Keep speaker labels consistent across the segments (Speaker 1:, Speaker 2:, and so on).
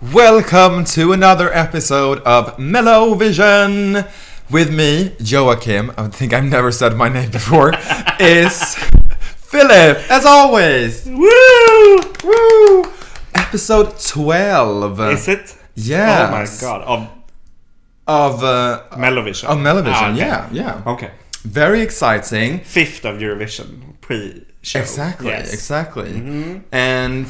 Speaker 1: Welcome to another episode of Mellow Vision. With me, Joachim, I think I've never said my name before, is Philip, as always.
Speaker 2: Woo!
Speaker 1: Woo! Episode 12.
Speaker 2: Is it?
Speaker 1: Yes.
Speaker 2: Oh my god. Of
Speaker 1: Of, uh,
Speaker 2: Melovision.
Speaker 1: of Mellow Vision,
Speaker 2: Ah, okay.
Speaker 1: yeah, yeah.
Speaker 2: Okay.
Speaker 1: Very exciting.
Speaker 2: Fifth of Eurovision pre show.
Speaker 1: Exactly,
Speaker 2: Yes. Mm-hmm.
Speaker 1: exactly. And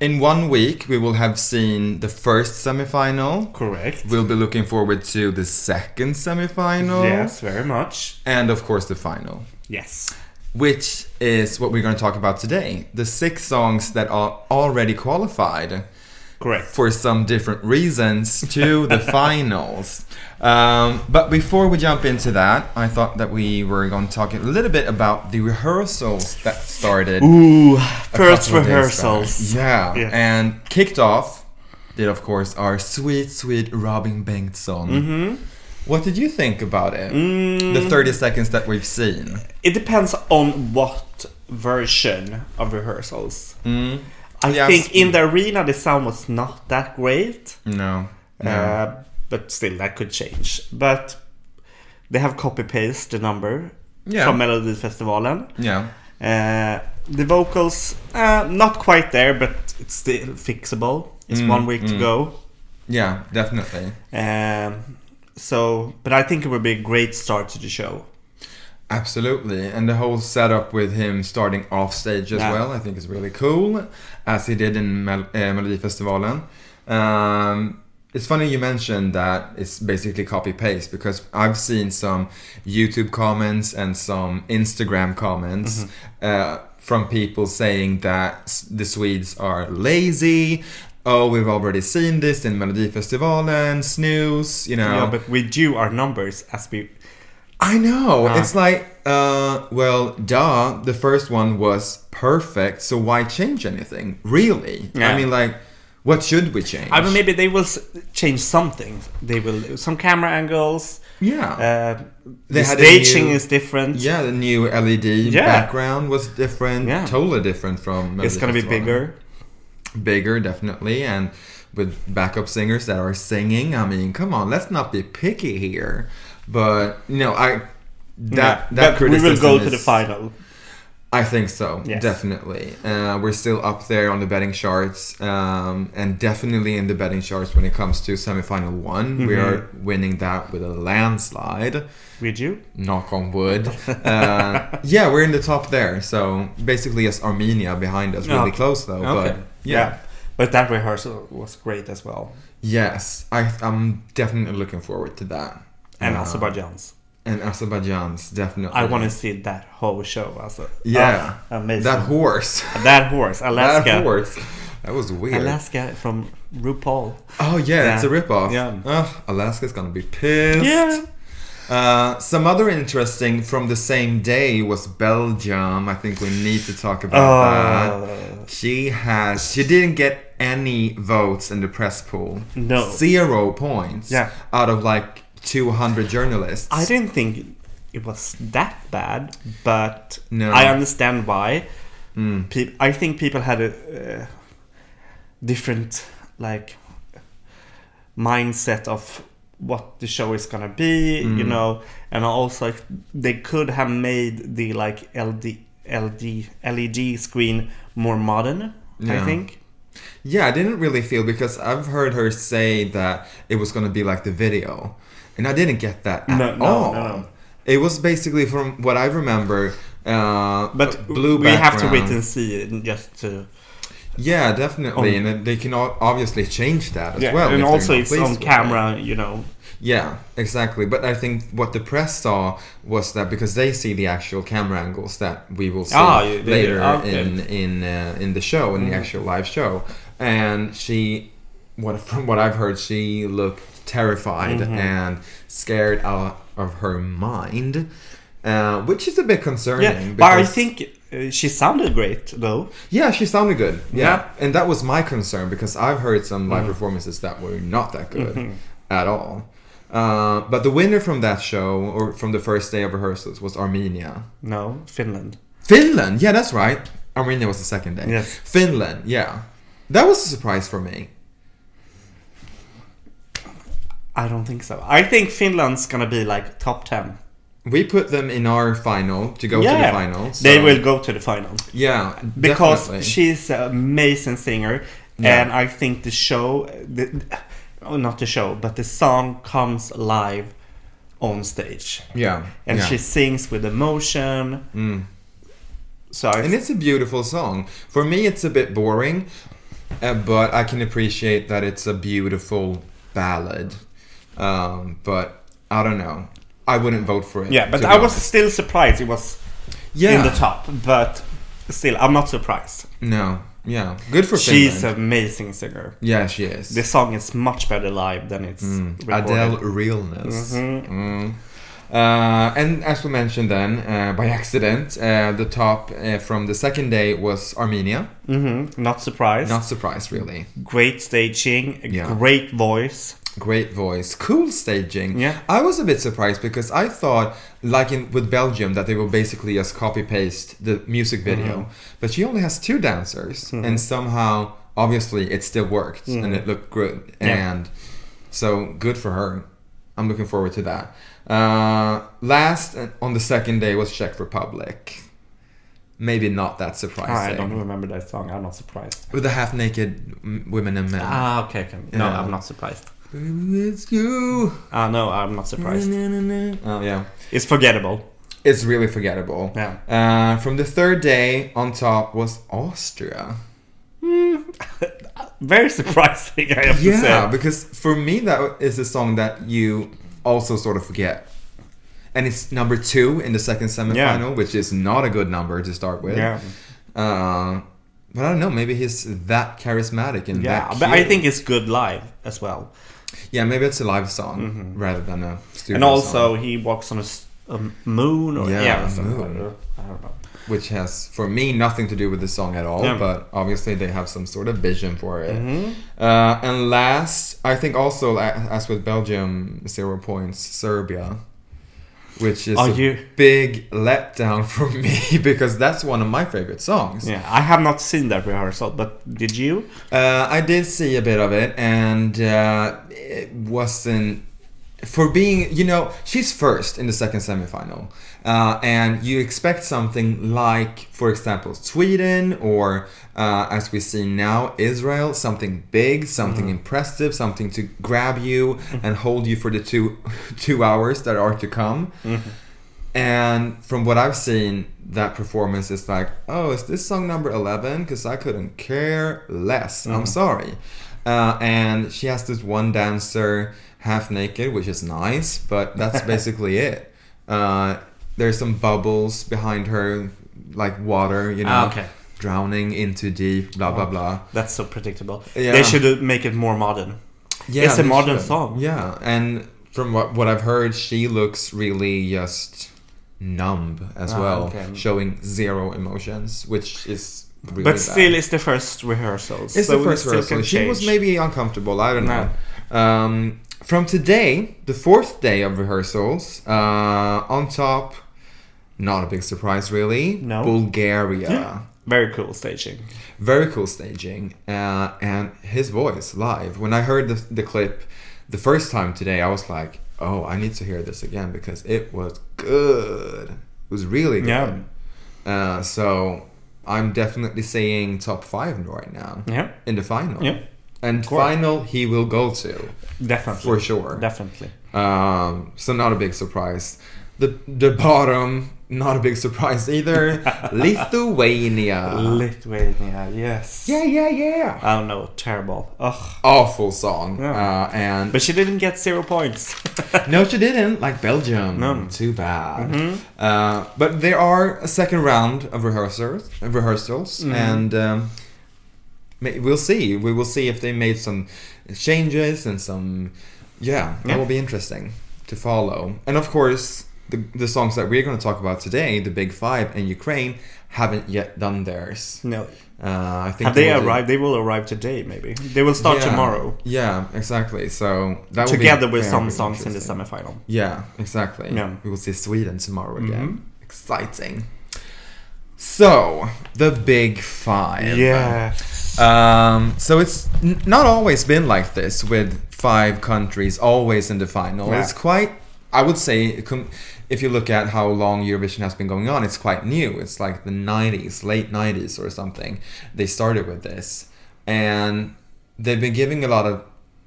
Speaker 1: in one week, we will have seen the first semifinal.
Speaker 2: Correct.
Speaker 1: We'll be looking forward to the second semifinal.
Speaker 2: Yes, very much.
Speaker 1: And of course, the final,
Speaker 2: Yes.
Speaker 1: which is what we're going to talk about today. The six songs that are already qualified
Speaker 2: Correct.
Speaker 1: for some different reasons to the finals. Um, but before we jump into that, I thought that we were going to talk a little bit about the rehearsals that started.
Speaker 2: Ooh,
Speaker 1: a
Speaker 2: first
Speaker 1: couple of days
Speaker 2: rehearsals.
Speaker 1: back. Yeah.
Speaker 2: Yes.
Speaker 1: And kicked off did, of course, our sweet, sweet Robin Bengtsson. Mm-hmm. What did you think about it?
Speaker 2: Mm.
Speaker 1: The 30 seconds that we've seen.
Speaker 2: It depends on what version of rehearsals. I
Speaker 1: Mm. Yes.
Speaker 2: think in the arena the sound was not that great.
Speaker 1: No. no.
Speaker 2: Uh, but still, that could change. But they have copy paste the number
Speaker 1: Yeah.
Speaker 2: from Melodifestivalen.
Speaker 1: yeah.
Speaker 2: Uh, the vocals, uh, not quite there, but it's still fixable. It's
Speaker 1: Mm,
Speaker 2: one week to go.
Speaker 1: Yeah, definitely.
Speaker 2: Um, so, but I think it would be a great start to the show.
Speaker 1: Absolutely. And the whole setup with him starting off stage as
Speaker 2: Yeah.
Speaker 1: well, I think is really cool, as he did in Mel- uh, Melodifestivalen. Um, it's funny you mentioned that it's basically copy paste because I've seen some YouTube comments and some Instagram comments
Speaker 2: Mm-hmm.
Speaker 1: uh, from people saying that s- the Swedes are lazy. Oh, we've already seen this in Melodifestivalen, snooze, you know.
Speaker 2: Yeah, but we do our numbers as we.
Speaker 1: I know.
Speaker 2: Ah.
Speaker 1: It's like, uh, well, duh, the first one was perfect, so why change anything? Really? I
Speaker 2: Yeah.
Speaker 1: mean, like, what should we change?
Speaker 2: I mean, maybe they will s- change something. They will some camera angles.
Speaker 1: yeah.
Speaker 2: Uh,
Speaker 1: They
Speaker 2: the
Speaker 1: had a
Speaker 2: staging
Speaker 1: new-
Speaker 2: is different.
Speaker 1: yeah, the new LED
Speaker 2: Yeah.
Speaker 1: background was different,
Speaker 2: Yeah.
Speaker 1: totally different from.
Speaker 2: it's gonna be
Speaker 1: Melodifestivalen.
Speaker 2: bigger.
Speaker 1: Bigger, definitely, and with backup singers that are singing. I mean, come on, let's not be picky here. But, you know, I. That,
Speaker 2: Yeah,
Speaker 1: that
Speaker 2: but we will
Speaker 1: criticism
Speaker 2: go to the
Speaker 1: is-
Speaker 2: final.
Speaker 1: I think so,
Speaker 2: Yes.
Speaker 1: definitely. Uh, we're still up there on the betting charts, um, and definitely in the betting charts when it comes to semifinal one. We
Speaker 2: Mm-hmm.
Speaker 1: are winning that with a landslide.
Speaker 2: Would you?
Speaker 1: Knock on wood. Uh, yeah, we're in the top there. So basically, yes, Armenia behind us, really
Speaker 2: Oh.
Speaker 1: close though. But yeah.
Speaker 2: But that rehearsal was great as well.
Speaker 1: yes, I, I'm definitely looking forward to that.
Speaker 2: And
Speaker 1: Uh,
Speaker 2: Azerbaijan's.
Speaker 1: and Azerbaijan's definitely.
Speaker 2: I want to see that whole show. Also.
Speaker 1: Yeah,
Speaker 2: Ah, amazing.
Speaker 1: that
Speaker 2: That,
Speaker 1: horse.
Speaker 2: horse, Alaska.
Speaker 1: that horse. That was weird.
Speaker 2: Alaska from RuPaul.
Speaker 1: Oh yeah, it's a
Speaker 2: Yeah.
Speaker 1: ripoff.
Speaker 2: Yeah.
Speaker 1: Ugh, Alaska's gonna be pissed.
Speaker 2: Yeah.
Speaker 1: Uh, some other interesting from the same day was Belgium. I think we need to talk about
Speaker 2: Oh.
Speaker 1: that. She has. She didn't get any votes in the press pool.
Speaker 2: No.
Speaker 1: Zero points.
Speaker 2: Yeah.
Speaker 1: Out of like 200 journalists.
Speaker 2: I didn't think it was that bad, but
Speaker 1: No. Hmm.
Speaker 2: I understand why. Pe- I think people had a uh, different like mindset of what the show is gonna be, you
Speaker 1: Hmm.
Speaker 2: know, and also like, they could have made the like LD, LD LED E screen more modern. I
Speaker 1: Yeah.
Speaker 2: think.
Speaker 1: Yeah, I didn't really feel because I've heard her say that it was gonna be like the video, and I didn't get that at
Speaker 2: No, no,
Speaker 1: all.
Speaker 2: no, no.
Speaker 1: It was basically from what I remember. Uh,
Speaker 2: But
Speaker 1: a blue
Speaker 2: we have to wait
Speaker 1: background.
Speaker 2: and see and just to
Speaker 1: yeah, definitely,
Speaker 2: on-
Speaker 1: and they can o- obviously change that as
Speaker 2: yeah,
Speaker 1: well.
Speaker 2: and
Speaker 1: if they're
Speaker 2: also
Speaker 1: not
Speaker 2: it's
Speaker 1: pleased
Speaker 2: on
Speaker 1: with it.
Speaker 2: camera, you know.
Speaker 1: Yeah, exactly. But I think what the press saw was that because they see the actual camera angles that we will see
Speaker 2: Ah, you- they-
Speaker 1: later
Speaker 2: okay. Mm.
Speaker 1: in in uh, in the show in the actual live show, and she, what from what I've heard, she looked terrified
Speaker 2: Mm-hmm.
Speaker 1: and scared out of her mind, uh, which is a bit concerning.
Speaker 2: Yeah, but I
Speaker 1: because-
Speaker 2: think uh, she sounded great though.
Speaker 1: yeah, she sounded good. Yeah.
Speaker 2: Yeah. Mm-hmm.
Speaker 1: And that was my concern because I've heard some live performances that were not that good at all. Uh, but the winner from that show, or from the first day of rehearsals, was Armenia.
Speaker 2: No, Finland.
Speaker 1: Finland, yeah, that's right. Armenia was the second day.
Speaker 2: Yes.
Speaker 1: Finland, yeah. That was a surprise for me.
Speaker 2: I don't think so. I think Finland's gonna be like top ten.
Speaker 1: We put them in our final to go to the final. so-
Speaker 2: They will go to the final
Speaker 1: Yeah,
Speaker 2: because
Speaker 1: definitely.
Speaker 2: she's an amazing singer,
Speaker 1: Yeah.
Speaker 2: and I think the show, the, oh, not the show, but the song comes live on stage,
Speaker 1: yeah,
Speaker 2: and
Speaker 1: yeah.
Speaker 2: she sings with emotion.
Speaker 1: Mm.
Speaker 2: So I
Speaker 1: And it's a beautiful song. For me, it's a bit boring, uh, but I can appreciate that it's a beautiful ballad. Um, but I don't know. I wouldn't vote for it.
Speaker 2: yeah, but
Speaker 1: to be
Speaker 2: I was
Speaker 1: honest.
Speaker 2: still surprised it was
Speaker 1: yeah.
Speaker 2: in the top, but still I'm not surprised.
Speaker 1: No. Yeah. Good for
Speaker 2: She's
Speaker 1: Finland.
Speaker 2: an amazing singer.
Speaker 1: yeah, she is.
Speaker 2: The song is much better live than it's
Speaker 1: Mm.
Speaker 2: recorded.
Speaker 1: Adele realness.
Speaker 2: Mhm.
Speaker 1: Mm. Uh, and as we mentioned then, uh, by accident, uh, the top uh, from the second day was Armenia.
Speaker 2: Mm-hmm. Not surprised.
Speaker 1: Not surprised, really.
Speaker 2: Great staging, a
Speaker 1: Yeah.
Speaker 2: great voice.
Speaker 1: Great voice, cool staging.
Speaker 2: Yeah.
Speaker 1: I was a bit surprised because I thought, like in with Belgium, that they will basically just copy paste the music
Speaker 2: Mm-hmm.
Speaker 1: video. But she only has two dancers, and somehow, obviously, it still worked and it looked good.
Speaker 2: Mm-hmm. Yeah.
Speaker 1: And so good for her. I'm looking forward to that. Uh, last uh, on the second day was Czech Republic. Maybe not that
Speaker 2: Ah, I,
Speaker 1: surprising.
Speaker 2: don't remember that song. I'm not surprised.
Speaker 1: With the half-naked mm, women and men.
Speaker 2: Ah, okay. okay. No,
Speaker 1: Yeah.
Speaker 2: I'm not surprised.
Speaker 1: Let's go.
Speaker 2: Ah, no, I'm not surprised.
Speaker 1: Oh yeah.
Speaker 2: It's forgettable.
Speaker 1: It's really forgettable.
Speaker 2: Yeah.
Speaker 1: Uh, from the third day on top was Austria.
Speaker 2: Very surprising, I have to
Speaker 1: Yeah,
Speaker 2: say.
Speaker 1: because for me that is a song that you also sort of forget. And it's number two in the second semifinal, which is not a good number to start with.
Speaker 2: Yeah.
Speaker 1: Uh, but I don't know. Maybe he's that charismatic and
Speaker 2: Yeah,
Speaker 1: that
Speaker 2: but I
Speaker 1: cute.
Speaker 2: think it's good live as well.
Speaker 1: yeah, maybe it's a live song rather than a studio
Speaker 2: Mm-hmm. and also,
Speaker 1: song,
Speaker 2: he walks on a, s- a moon or
Speaker 1: Yeah,
Speaker 2: yeah,
Speaker 1: a
Speaker 2: something
Speaker 1: moon.
Speaker 2: like that. I don't know.
Speaker 1: which has for me nothing to do with the song at all.
Speaker 2: Yeah.
Speaker 1: But obviously, they have some sort of vision for it.
Speaker 2: Mhm.
Speaker 1: Uh, and last, I think also a- as with Belgium, zero points. Serbia, which is
Speaker 2: Are
Speaker 1: a
Speaker 2: you-
Speaker 1: big letdown for me because that's one of my favorite songs.
Speaker 2: Yeah, I have not seen that rehearsal, but did you?
Speaker 1: Uh, I did see a bit of it, and uh, it wasn't for being. You know, she's first in the second semifinal, uh, and you expect something like, for example, Sweden, or uh, as we see now, Israel. Something big, something impressive, something to grab you and hold you for the two two hours that are to come. And from what I've seen, that performance is like, oh, is this song number 11? Because I couldn't care less.
Speaker 2: Mm-hmm.
Speaker 1: I'm sorry. Uh, and she has this one dancer half naked, which is nice, but that's basically it. Uh, there's some bubbles behind her, like water, you know,
Speaker 2: Ah, okay. Oh.
Speaker 1: drowning into deep, blah, blah, blah.
Speaker 2: That's so predictable.
Speaker 1: Yeah.
Speaker 2: They should uh, make it more modern.
Speaker 1: Yeah,
Speaker 2: It's a
Speaker 1: they
Speaker 2: modern song.
Speaker 1: Yeah, and from what what I've heard, she looks really just numb as
Speaker 2: Ah,
Speaker 1: well,
Speaker 2: okay.
Speaker 1: showing zero emotions, which is really
Speaker 2: but
Speaker 1: bad.
Speaker 2: still, it's the first rehearsal.
Speaker 1: it's the first rehearsal. She was maybe uncomfortable. I don't know. Um, from today, the fourth day of rehearsals, uh, on top, not a big surprise really.
Speaker 2: No.
Speaker 1: Bulgaria.
Speaker 2: Very cool staging.
Speaker 1: very cool staging uh, and his voice live when i heard the, the clip the first time today i was like oh i need to hear this again because it was good it was really good
Speaker 2: Yeah.
Speaker 1: uh, so i'm definitely saying top five right now
Speaker 2: Yeah,
Speaker 1: in the final
Speaker 2: Yeah.
Speaker 1: and
Speaker 2: course.
Speaker 1: final he will go to
Speaker 2: definitely.
Speaker 1: for sure
Speaker 2: Definitely.
Speaker 1: um, so not a big surprise the the bottom not a big surprise either lithuania
Speaker 2: Lithuania, yes.
Speaker 1: Uh-huh. yeah yeah yeah
Speaker 2: I don't know, terrible. Ugh.
Speaker 1: awful song.
Speaker 2: Yeah.
Speaker 1: Uh, and
Speaker 2: But she didn't get zero points.
Speaker 1: no, she didn't. Like Belgium,
Speaker 2: No. Mm-hmm.
Speaker 1: too bad. Uh, but there are a second round of rehearsals, of rehearsals,
Speaker 2: Mm-hmm.
Speaker 1: and um, may- we'll see. We will see if they made some changes and some. Yeah, that
Speaker 2: Yeah.
Speaker 1: will be interesting to follow. And of course, the, the songs that we're going to talk about today, the Big Five and Ukraine, haven't yet done theirs.
Speaker 2: No.
Speaker 1: Uh, I think
Speaker 2: Mm. Have they
Speaker 1: will do-
Speaker 2: arrived? They will arrive today, maybe. They will start
Speaker 1: Yeah.
Speaker 2: tomorrow
Speaker 1: Yeah, exactly. So that will be
Speaker 2: together with some
Speaker 1: very
Speaker 2: songs in the
Speaker 1: interesting.
Speaker 2: semifinal.
Speaker 1: Yeah, exactly.
Speaker 2: Yeah. Mm-hmm.
Speaker 1: We will see Sweden tomorrow again. Exciting. So the Big Five.
Speaker 2: Yeah.
Speaker 1: Um, so it's n- not always been like this with five countries always in the final.
Speaker 2: Yeah.
Speaker 1: It's quite, I would say, com- if you look at how long Eurovision has been going on, it's quite new. It's like the 90s, late 90s or something. They started with this. And they've been giving a lot of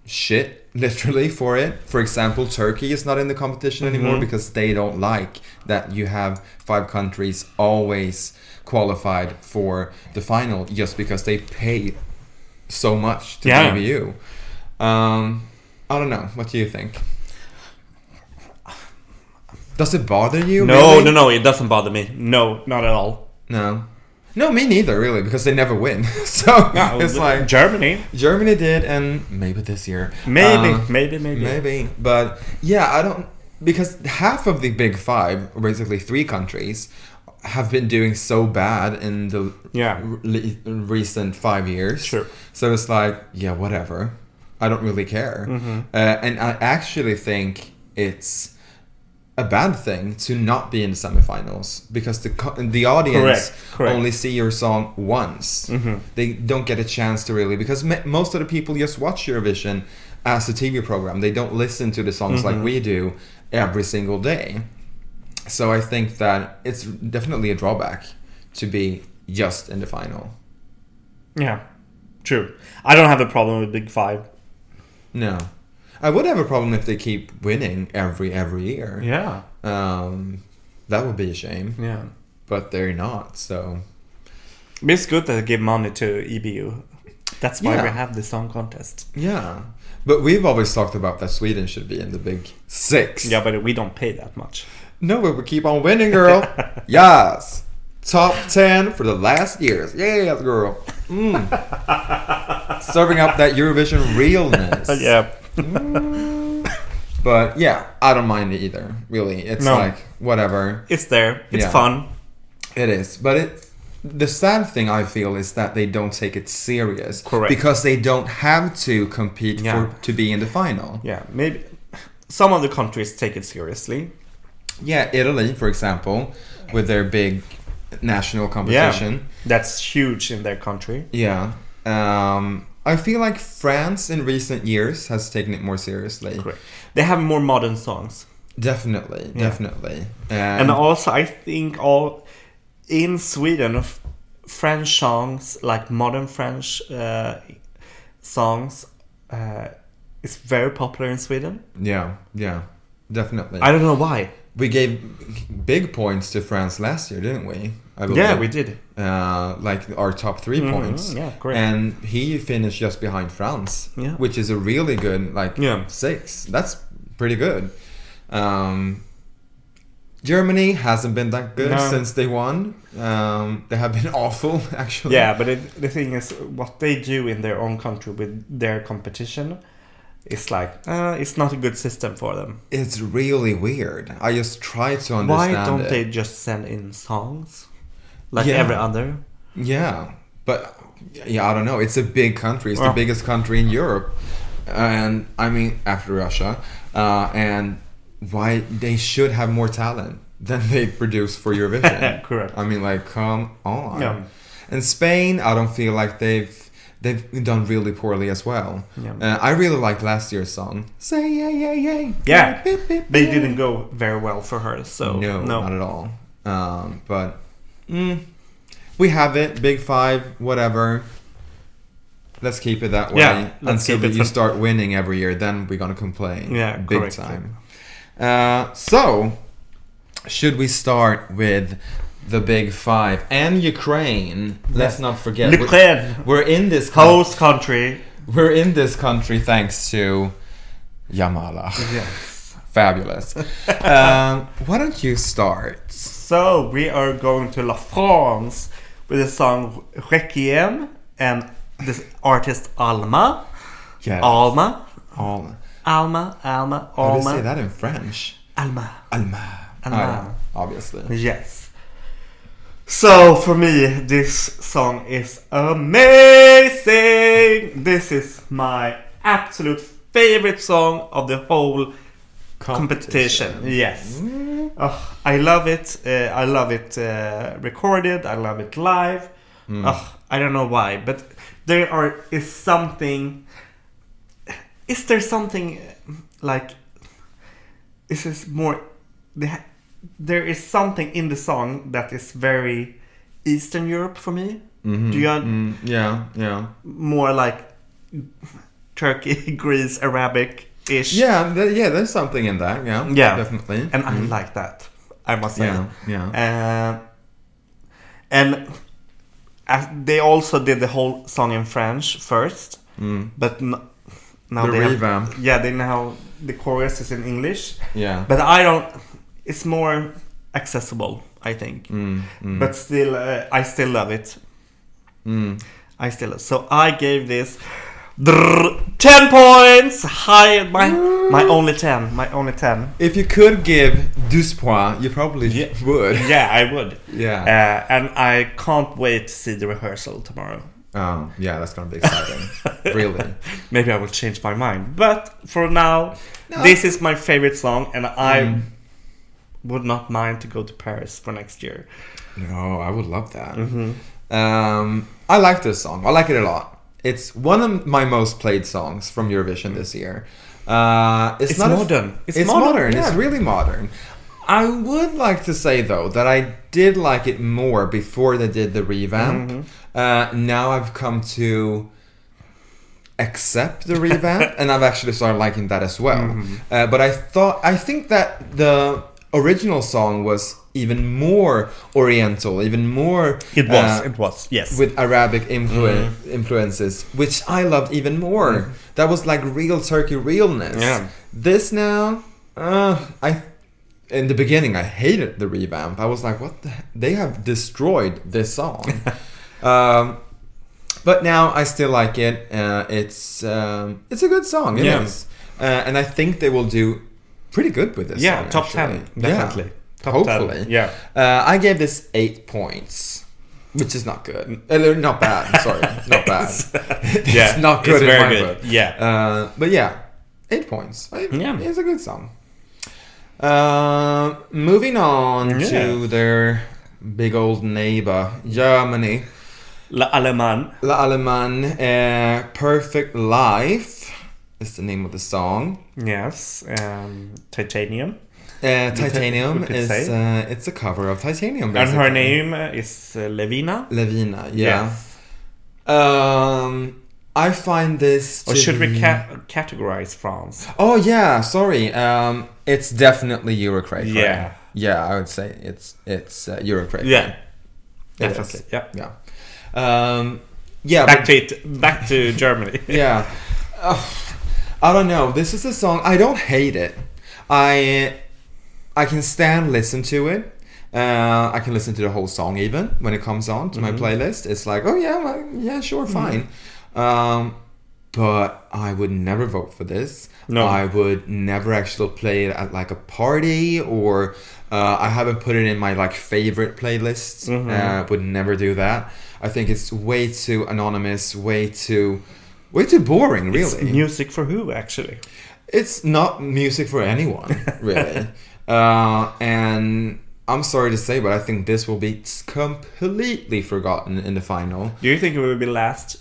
Speaker 1: shit, literally, for it. For example, Turkey is not in the competition anymore
Speaker 2: Mhm.
Speaker 1: because they don't like that you have five countries always qualified for the final just because they pay so much to
Speaker 2: Yeah.
Speaker 1: yeah. you. Um, I don't know. What do you think? Does it bother you?
Speaker 2: no,
Speaker 1: really?
Speaker 2: no, no. It doesn't bother me. No, not at all.
Speaker 1: no, no. Me neither, really, because they never win. so
Speaker 2: No,
Speaker 1: it's like
Speaker 2: Germany.
Speaker 1: Germany did, and maybe this year,
Speaker 2: Maybe,
Speaker 1: Uh,
Speaker 2: maybe, maybe,
Speaker 1: maybe. But yeah, I don't because half of the Big Five, or basically three countries, have been doing so bad in the
Speaker 2: Yeah.
Speaker 1: r- le- recent five years.
Speaker 2: Sure.
Speaker 1: So it's like, yeah, whatever. I don't really care.
Speaker 2: Mm-hmm.
Speaker 1: Uh, and I actually think it's a bad thing to not be in the semifinals because the co- the audience
Speaker 2: Correct, correct. Mm-hmm.
Speaker 1: only see your song once. They don't get a chance to really because me- most of the people just watch Eurovision as a TV program. They don't listen to the songs
Speaker 2: Mm-hmm.
Speaker 1: like we do every single day. So I think that it's definitely a drawback to be just in the final.
Speaker 2: Yeah. True. I don't have a problem with Big Five.
Speaker 1: No. I would have a problem if they keep winning every every year.
Speaker 2: Yeah.
Speaker 1: Um, that would be a shame,
Speaker 2: Yeah.
Speaker 1: but they're not. So
Speaker 2: But it's good that they give money to EBU. That's why
Speaker 1: Yeah.
Speaker 2: we have the song contest.
Speaker 1: yeah, but we've always talked about that Sweden should be in the big six.
Speaker 2: Yeah, but we don't pay that much.
Speaker 1: No, but we keep on winning, girl. yes. Top ten for the last years. Yeah, girl. Mm. Serving up that Eurovision realness.
Speaker 2: yeah.
Speaker 1: But yeah, I don't mind it either. Really, it's
Speaker 2: No.
Speaker 1: like whatever.
Speaker 2: It's there. It's
Speaker 1: Yeah.
Speaker 2: fun.
Speaker 1: It is, but it. The sad thing I feel is that they don't take it serious,
Speaker 2: Correct.
Speaker 1: Because they don't have to compete
Speaker 2: Yeah.
Speaker 1: for to be in the final.
Speaker 2: Yeah, maybe some of the countries take it seriously.
Speaker 1: Yeah, Italy, for example, with their big national competition.
Speaker 2: That's huge in their country.
Speaker 1: Yeah. Um, I feel like France in recent years has taken it more seriously.
Speaker 2: Correct. They have more modern songs.
Speaker 1: Definitely,
Speaker 2: Yeah.
Speaker 1: definitely.
Speaker 2: And also I think all in Sweden f- French songs like modern French uh, songs uh, is very popular in Sweden.
Speaker 1: yeah, yeah, definitely.
Speaker 2: I don't know why.
Speaker 1: we gave big points to France last year, didn't we? I
Speaker 2: Yeah,
Speaker 1: believe.
Speaker 2: we did.
Speaker 1: uh, like our top 3
Speaker 2: Mhm,
Speaker 1: points.
Speaker 2: yeah, correct.
Speaker 1: And he finished just behind France,
Speaker 2: Yeah.
Speaker 1: which is a really good like
Speaker 2: Yeah.
Speaker 1: six. That's pretty good. Um, Germany hasn't been that good
Speaker 2: No.
Speaker 1: since they won. Um, they have been awful actually.
Speaker 2: Yeah, but it, the thing is, what they do in their own country with their competition, it's like uh, it's not a good system for them.
Speaker 1: it's really weird. I just try to
Speaker 2: Why
Speaker 1: understand.
Speaker 2: don't
Speaker 1: it.
Speaker 2: they just send in songs like
Speaker 1: Yeah.
Speaker 2: every other?
Speaker 1: Yeah, but yeah, I don't know. It's a big country. It's
Speaker 2: Well-
Speaker 1: the biggest country in Europe, and I mean after Russia. Uh, and why they should have more talent than they produce for Eurovision?
Speaker 2: Correct.
Speaker 1: I mean, like, come on.
Speaker 2: Yeah.
Speaker 1: And Spain, I don't feel like they've they've done really poorly as well.
Speaker 2: Yeah.
Speaker 1: Uh, I really liked last year's song. Say yeah yeah yeah.
Speaker 2: Yeah.
Speaker 1: Beep, beep,
Speaker 2: They
Speaker 1: beep.
Speaker 2: didn't go very well for her, so
Speaker 1: No, not at all. Um, but mm, we have it. Big five, whatever. Let's keep it that way
Speaker 2: Yeah, let's
Speaker 1: until
Speaker 2: keep it
Speaker 1: you
Speaker 2: for-
Speaker 1: start winning every year. Then we're gonna complain.
Speaker 2: Yeah,
Speaker 1: big
Speaker 2: correct.
Speaker 1: time. Uh, so, should we start with the big five and Ukraine? Let's not forget we're-
Speaker 2: Ukraine,
Speaker 1: We're in this co-
Speaker 2: host country.
Speaker 1: we're in this country thanks to Yamala.
Speaker 2: Yes.
Speaker 1: Fabulous. um, why don't you start?
Speaker 2: So we are going to La France with the song Requiem and this artist Alma.
Speaker 1: Yes.
Speaker 2: Alma.
Speaker 1: Alma.
Speaker 2: Alma, Alma,
Speaker 1: How do you say
Speaker 2: Alma,
Speaker 1: that in French?
Speaker 2: Alma.
Speaker 1: Alma. Anna, obviously.
Speaker 2: Yes. So for me, this song is amazing. This is my absolute favorite song of the whole competition. Yes. Ugh, I love it. Uh, I love it uh, recorded. I love it live. Ugh, I don't know why, but there are is something. Is there something uh, like? This is more. They ha- there is something in the song that is very Eastern Europe for me.
Speaker 1: Mhm,
Speaker 2: Do you un-
Speaker 1: mm, yeah, yeah.
Speaker 2: more like Turkey, Greece, Arabic ish?
Speaker 1: Yeah, th- yeah, there's something in that, yeah.
Speaker 2: Yeah.
Speaker 1: Definitely. Mm.
Speaker 2: and I like that. I must say.
Speaker 1: yeah, yeah.
Speaker 2: Uh, and as they also did the whole song in French first,
Speaker 1: Mm.
Speaker 2: but n- now
Speaker 1: The
Speaker 2: they have-
Speaker 1: revamp.
Speaker 2: yeah, they now the chorus is in English,
Speaker 1: Yeah.
Speaker 2: but I don't. It's more accessible, I think.
Speaker 1: Mm, mm,
Speaker 2: But still, uh, I still love it.
Speaker 1: mm.
Speaker 2: I still love. So I gave this. Ten points, high my my only ten, my only ten.
Speaker 1: If you could give Duspois, you probably
Speaker 2: Yeah.
Speaker 1: would.
Speaker 2: Yeah, I would.
Speaker 1: Yeah.
Speaker 2: Uh, and I can't wait to see the rehearsal tomorrow.
Speaker 1: Oh, yeah, that's gonna be exciting. really.
Speaker 2: Maybe I will change my mind. But for now,
Speaker 1: No.
Speaker 2: this is my favorite song, and I
Speaker 1: Mm.
Speaker 2: would not mind to go to Paris for next year.
Speaker 1: No, I would love that.
Speaker 2: Mm-hmm.
Speaker 1: Um, I like this song. I like it a lot. It's one of my most played songs from Eurovision this year. Uh, it's
Speaker 2: It's
Speaker 1: not a-
Speaker 2: modern.
Speaker 1: it's,
Speaker 2: It's
Speaker 1: modern.
Speaker 2: modern,
Speaker 1: It's
Speaker 2: yeah.
Speaker 1: really modern. I would like to say though that I did like it more before they did the revamp.
Speaker 2: Mm-hmm.
Speaker 1: Uh, now I've come to accept the revamp, and I've actually started liking that as well.
Speaker 2: Mm-hmm.
Speaker 1: Uh, but I thought, I think that the original song was even more oriental, even more
Speaker 2: It was,
Speaker 1: uh,
Speaker 2: it was, yes. Mm-hmm.
Speaker 1: with Arabic influ- influences, which I loved even more. That was like real Turkey realness.
Speaker 2: Yeah.
Speaker 1: This now, uh, I in the beginning I hated the revamp. I was like, what? The he- they have destroyed this song. um, but now I still like it. Uh, it's um, it's a good song. It is,
Speaker 2: Yeah.
Speaker 1: Uh, and I think they will do pretty good with this.
Speaker 2: yeah,
Speaker 1: song,
Speaker 2: top
Speaker 1: actually.
Speaker 2: ten, definitely.
Speaker 1: Yeah.
Speaker 2: Top
Speaker 1: Hopefully.
Speaker 2: ten. Yeah.
Speaker 1: Uh, I gave this eight points, which is not good. Uh, no, not bad. Sorry, not bad. it's
Speaker 2: uh, Yeah,
Speaker 1: not
Speaker 2: it's
Speaker 1: good. in
Speaker 2: very
Speaker 1: my
Speaker 2: good,
Speaker 1: book.
Speaker 2: yeah.
Speaker 1: Uh, but yeah, eight points. I-
Speaker 2: Yeah.
Speaker 1: it's a good song. Uh, moving on to
Speaker 2: Yeah.
Speaker 1: their big old neighbor, Germany.
Speaker 2: La Aleman.
Speaker 1: La Aleman, uh, Perfect Life is the name of the song.
Speaker 2: Yes. Um, titanium.
Speaker 1: Uh,
Speaker 2: could-
Speaker 1: Titanium
Speaker 2: we could
Speaker 1: is
Speaker 2: say.
Speaker 1: uh, it's a cover of Titanium.
Speaker 2: And her
Speaker 1: basically.
Speaker 2: name uh, is uh, Levina.
Speaker 1: Levina. Yeah. Um, I find this.
Speaker 2: Or
Speaker 1: to
Speaker 2: should we
Speaker 1: be-
Speaker 2: ca- categorize France?
Speaker 1: Oh yeah, sorry. Um, it's definitely Eurocrate.
Speaker 2: Yeah.
Speaker 1: Yeah, I would say it's it's uh, Eurocrate.
Speaker 2: Yeah.
Speaker 1: It is.
Speaker 2: Definitely. Yeah.
Speaker 1: Yeah. Um, yeah.
Speaker 2: Back to it. Back to Germany.
Speaker 1: but- yeah. Ugh. I don't know. This is a song. I don't hate it. I I can stand listen to it. Uh, I can listen to the whole song even when it comes on to my playlist. It's like, oh yeah, well, yeah, sure, fine. Um, but I would never vote for this.
Speaker 2: No.
Speaker 1: I would never actually play it at like a party or uh, I haven't put it in my like favorite playlists. Uh, would never do that. I think it's way too anonymous, way too, way too boring. Really,
Speaker 2: It's music for who, actually?
Speaker 1: it's not music for anyone, really. uh, and I'm sorry to say, but I think this will be completely forgotten in the final.
Speaker 2: Do you think it will be last?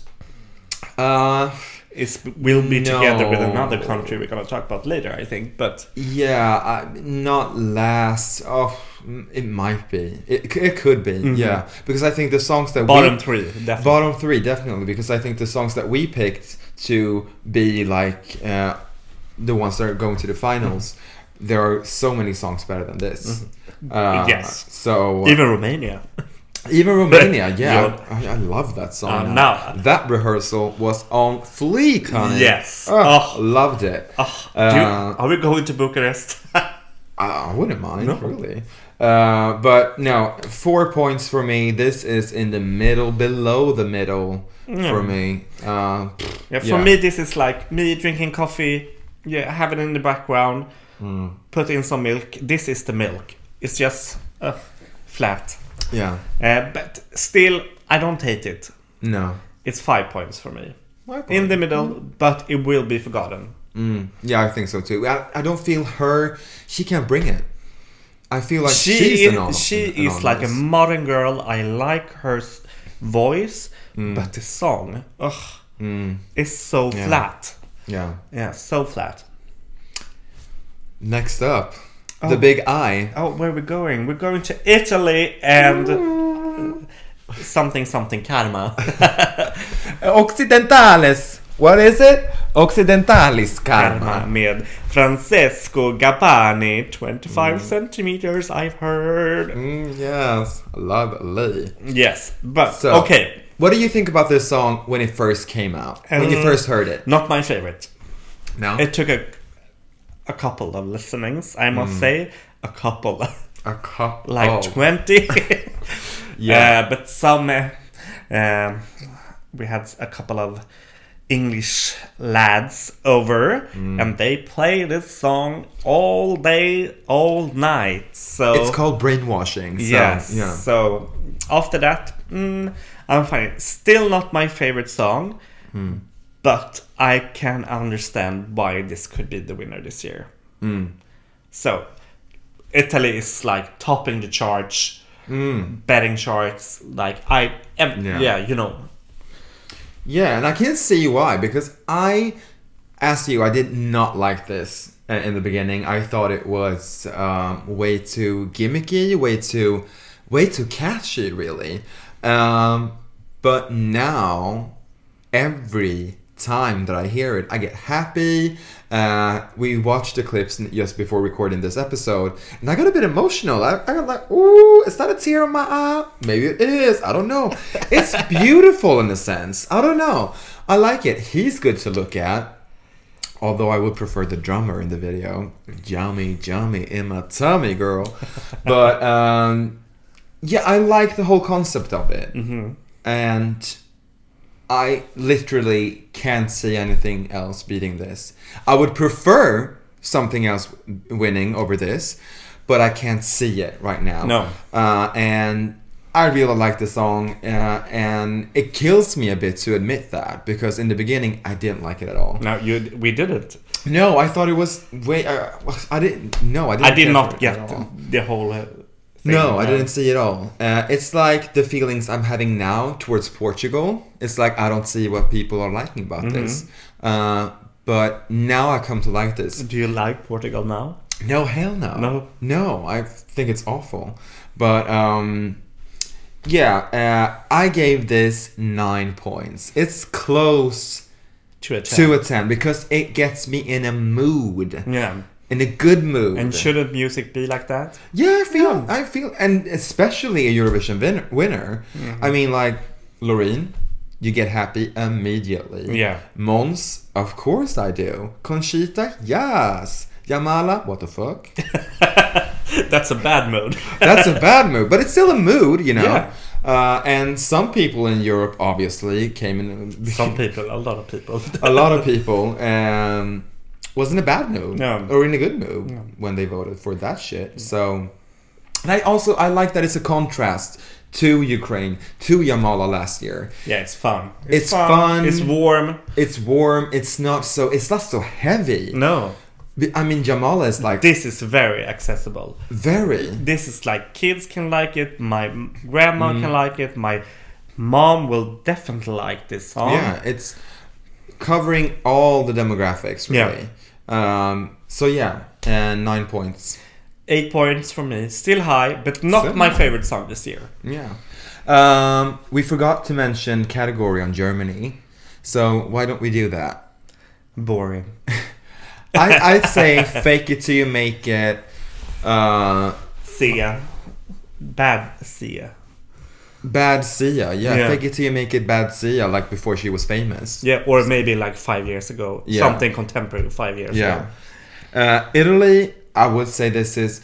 Speaker 1: Uh,
Speaker 2: It's, we'll be together with
Speaker 1: No.
Speaker 2: another country we're going to talk about later, I think. But
Speaker 1: yeah, I, not last. Oh, mm, it might be. It, c- it could be. Yeah, because I think the songs that
Speaker 2: Mm-hmm. bottom
Speaker 1: we,
Speaker 2: three, definitely.
Speaker 1: bottom three definitely because I think the songs that we picked to be like uh, the ones that are going to the finals.
Speaker 2: Mm-hmm.
Speaker 1: There are so many songs better than this. Uh,
Speaker 2: Yes.
Speaker 1: So
Speaker 2: Even Romania.
Speaker 1: Even Romania, yeah.
Speaker 2: Yeah.
Speaker 1: I, I love that song. now.
Speaker 2: Uh, now-
Speaker 1: That rehearsal was on fleek, honey.
Speaker 2: Yes.
Speaker 1: Oh,
Speaker 2: Oh.
Speaker 1: Loved it.
Speaker 2: Oh, do you,
Speaker 1: Uh,
Speaker 2: are we going to Bucharest?
Speaker 1: I, I wouldn't mind,
Speaker 2: No.
Speaker 1: really. Uh, but no, four points for me. This is in the middle, below the middle for me. Uh,
Speaker 2: yeah, for
Speaker 1: Yeah.
Speaker 2: me, this is like me drinking
Speaker 1: Mm.
Speaker 2: coffee. Yeah, have it in the background. Put in some milk. This is the milk. It's just uh, flat.
Speaker 1: Yeah.
Speaker 2: Uh, but still, I don't hate it.
Speaker 1: No.
Speaker 2: It's five points for me.
Speaker 1: Why
Speaker 2: In the middle, but it will be forgotten.
Speaker 1: Mm, yeah, I think so too. I, I don't feel her. She can bring it. I feel like
Speaker 2: she
Speaker 1: she's
Speaker 2: is,
Speaker 1: the novel.
Speaker 2: she
Speaker 1: an
Speaker 2: is like a
Speaker 1: anomalous.
Speaker 2: modern girl. I like her s- voice, but the song, ugh, is so
Speaker 1: Mm. Yeah.
Speaker 2: flat.
Speaker 1: Mm, yeah.
Speaker 2: Yeah, so flat.
Speaker 1: Next up, the big eye.
Speaker 2: Oh, where are we going? We're going to Italy and uh, something something karma.
Speaker 1: Occidentales. What is it? Occidentalis
Speaker 2: karma med Francesco Gabbani, 25 centimeters. I've heard.
Speaker 1: Mm, yes, lovely.
Speaker 2: Yes, but
Speaker 1: So,
Speaker 2: okay,
Speaker 1: What do you think about this song when it first came out? when you
Speaker 2: Um,
Speaker 1: first heard it?
Speaker 2: not my favorite.
Speaker 1: No,
Speaker 2: It took a a couple of listenings, I must say, a couple.
Speaker 1: a couple.
Speaker 2: like
Speaker 1: oh,
Speaker 2: 20
Speaker 1: Yeah.
Speaker 2: uh, but some uh, um, we had a couple of english lads over
Speaker 1: Mm.
Speaker 2: and they play this song all day all night so
Speaker 1: it's called brainwashing. So,
Speaker 2: yes
Speaker 1: Yeah.
Speaker 2: so after that mm, i'm fine still not my favorite song
Speaker 1: Hmm.
Speaker 2: but i can understand why this could be the winner this year
Speaker 1: Hmm.
Speaker 2: so italy is like topping the charts betting charts like i ev-
Speaker 1: Hmm. Yeah.
Speaker 2: yeah. you know
Speaker 1: Yeah, and I can see why because I, as you, I did not like this uh, in the beginning. I thought it was um, way too gimmicky, way too, way too catchy, really. Um, but now, every time that I hear it, I get happy. Uh, we watched the clips n- just before recording this episode, and I got a bit emotional. I, I got like, ooh, is that a tear in my eye? Maybe it is. I don't know. It's beautiful in a sense. I don't know. I like it. He's good to look at. Although I would prefer the drummer in the video. Yummy, yummy in my tummy, girl. But um, yeah, I like the whole concept of it.
Speaker 2: Mm-hmm.
Speaker 1: And I literally can't see anything else beating this. I would prefer something else winning over this, but I can't see it right now.
Speaker 2: No.
Speaker 1: Uh, and I really like the song, uh, and it kills me a bit to admit that because in the beginning I didn't like it at all.
Speaker 2: no you we didn't
Speaker 1: No, I thought it was way. Uh, I didn't. No, I didn't.
Speaker 2: i did
Speaker 1: care for
Speaker 2: not
Speaker 1: it at
Speaker 2: get
Speaker 1: all.
Speaker 2: the whole uh, thing,
Speaker 1: No, I
Speaker 2: uh,
Speaker 1: didn't see it all. Uh, it's like the feelings I'm having now towards Portugal. It's like I don't see what people are liking about
Speaker 2: Mm-hmm.
Speaker 1: this. Uh, but now I come to like this.
Speaker 2: do you like portugal now
Speaker 1: No, hell no.
Speaker 2: No.
Speaker 1: No, I think it's awful. But um, yeah, uh, I gave this nine points. It's close
Speaker 2: to a 10
Speaker 1: to a 10 because it gets me in a mood,
Speaker 2: yeah
Speaker 1: in a good mood.
Speaker 2: Mm. And shouldn't music be like that?
Speaker 1: Yeah, I feel. I feel, and especially a Eurovision winner. winner.
Speaker 2: Mm-hmm.
Speaker 1: I mean, like Loreen, you get happy immediately.
Speaker 2: Yeah.
Speaker 1: Mons, of course I do. Conchita, yes. Yamala, what the fuck?
Speaker 2: That's a bad mood.
Speaker 1: That's a bad mood, but it's still a mood, you know.
Speaker 2: Yeah.
Speaker 1: Uh, and some people in Europe obviously came in.
Speaker 2: Some people, a lot of people.
Speaker 1: a lot of people um, was in a bad mood
Speaker 2: No.
Speaker 1: or in a good mood when they voted for that shit. So, and I also I like that it's a contrast to Ukraine to Yamala last year.
Speaker 2: Yeah, it's fun.
Speaker 1: It's fun.
Speaker 2: It's warm.
Speaker 1: It's warm. It's not so. It's not so heavy.
Speaker 2: No,
Speaker 1: I mean, Yamala is like
Speaker 2: this is very accessible.
Speaker 1: very.
Speaker 2: This is like kids can like it. My grandma can
Speaker 1: Mm.
Speaker 2: like it. My mom will definitely like this song.
Speaker 1: Yeah, it's covering all the demographics
Speaker 2: Yeah.
Speaker 1: really. Um, so yeah, and nine points.
Speaker 2: Eight points for me. Still high, but not
Speaker 1: Still
Speaker 2: my
Speaker 1: high.
Speaker 2: favorite song this year.
Speaker 1: Yeah. Um, we forgot to mention category on Germany, so why don't we do that?
Speaker 2: Boring.
Speaker 1: I, I'd say fake it till you make it. Uh,
Speaker 2: See ya. Bad see ya.
Speaker 1: bad Sia, yeah,
Speaker 2: Yeah.
Speaker 1: Fake it till you make it. Bad Sia, like before she was famous.
Speaker 2: Yeah, or maybe like five years ago.
Speaker 1: Yeah.
Speaker 2: Something contemporary five years ago.
Speaker 1: Yeah. Uh, Italy, I would say this is.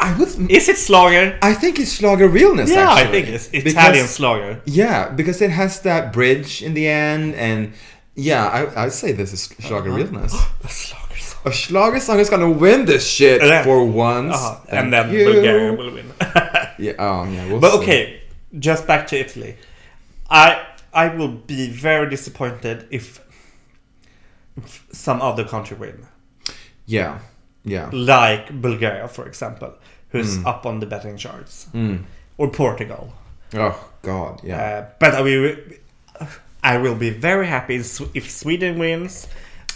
Speaker 1: I would.
Speaker 2: Is it Slager?
Speaker 1: I think it's Schlager realness.
Speaker 2: Yeah, I
Speaker 1: actually,
Speaker 2: think it's
Speaker 1: because-
Speaker 2: Italian Slager.
Speaker 1: Yeah, because it has that
Speaker 2: Uh-huh.
Speaker 1: bridge in the end, and yeah, I, I'd say this is Schlager realness.
Speaker 2: A Slager song.
Speaker 1: a Schlager song is gonna win this shit
Speaker 2: And then-
Speaker 1: for once.
Speaker 2: Uh-huh.
Speaker 1: Thank
Speaker 2: and then
Speaker 1: you.
Speaker 2: Bulgaria will win.
Speaker 1: Yeah, oh, yeah. We'll
Speaker 2: but
Speaker 1: see.
Speaker 2: okay, just back to Italy. I I will be very disappointed if, if some other country win,
Speaker 1: Yeah, yeah.
Speaker 2: like Bulgaria, for example, who's
Speaker 1: Hmm.
Speaker 2: up on the betting charts,
Speaker 1: Mm.
Speaker 2: or Portugal.
Speaker 1: Oh God, yeah.
Speaker 2: Uh, but I will, I will be very happy if Sw- if Sweden wins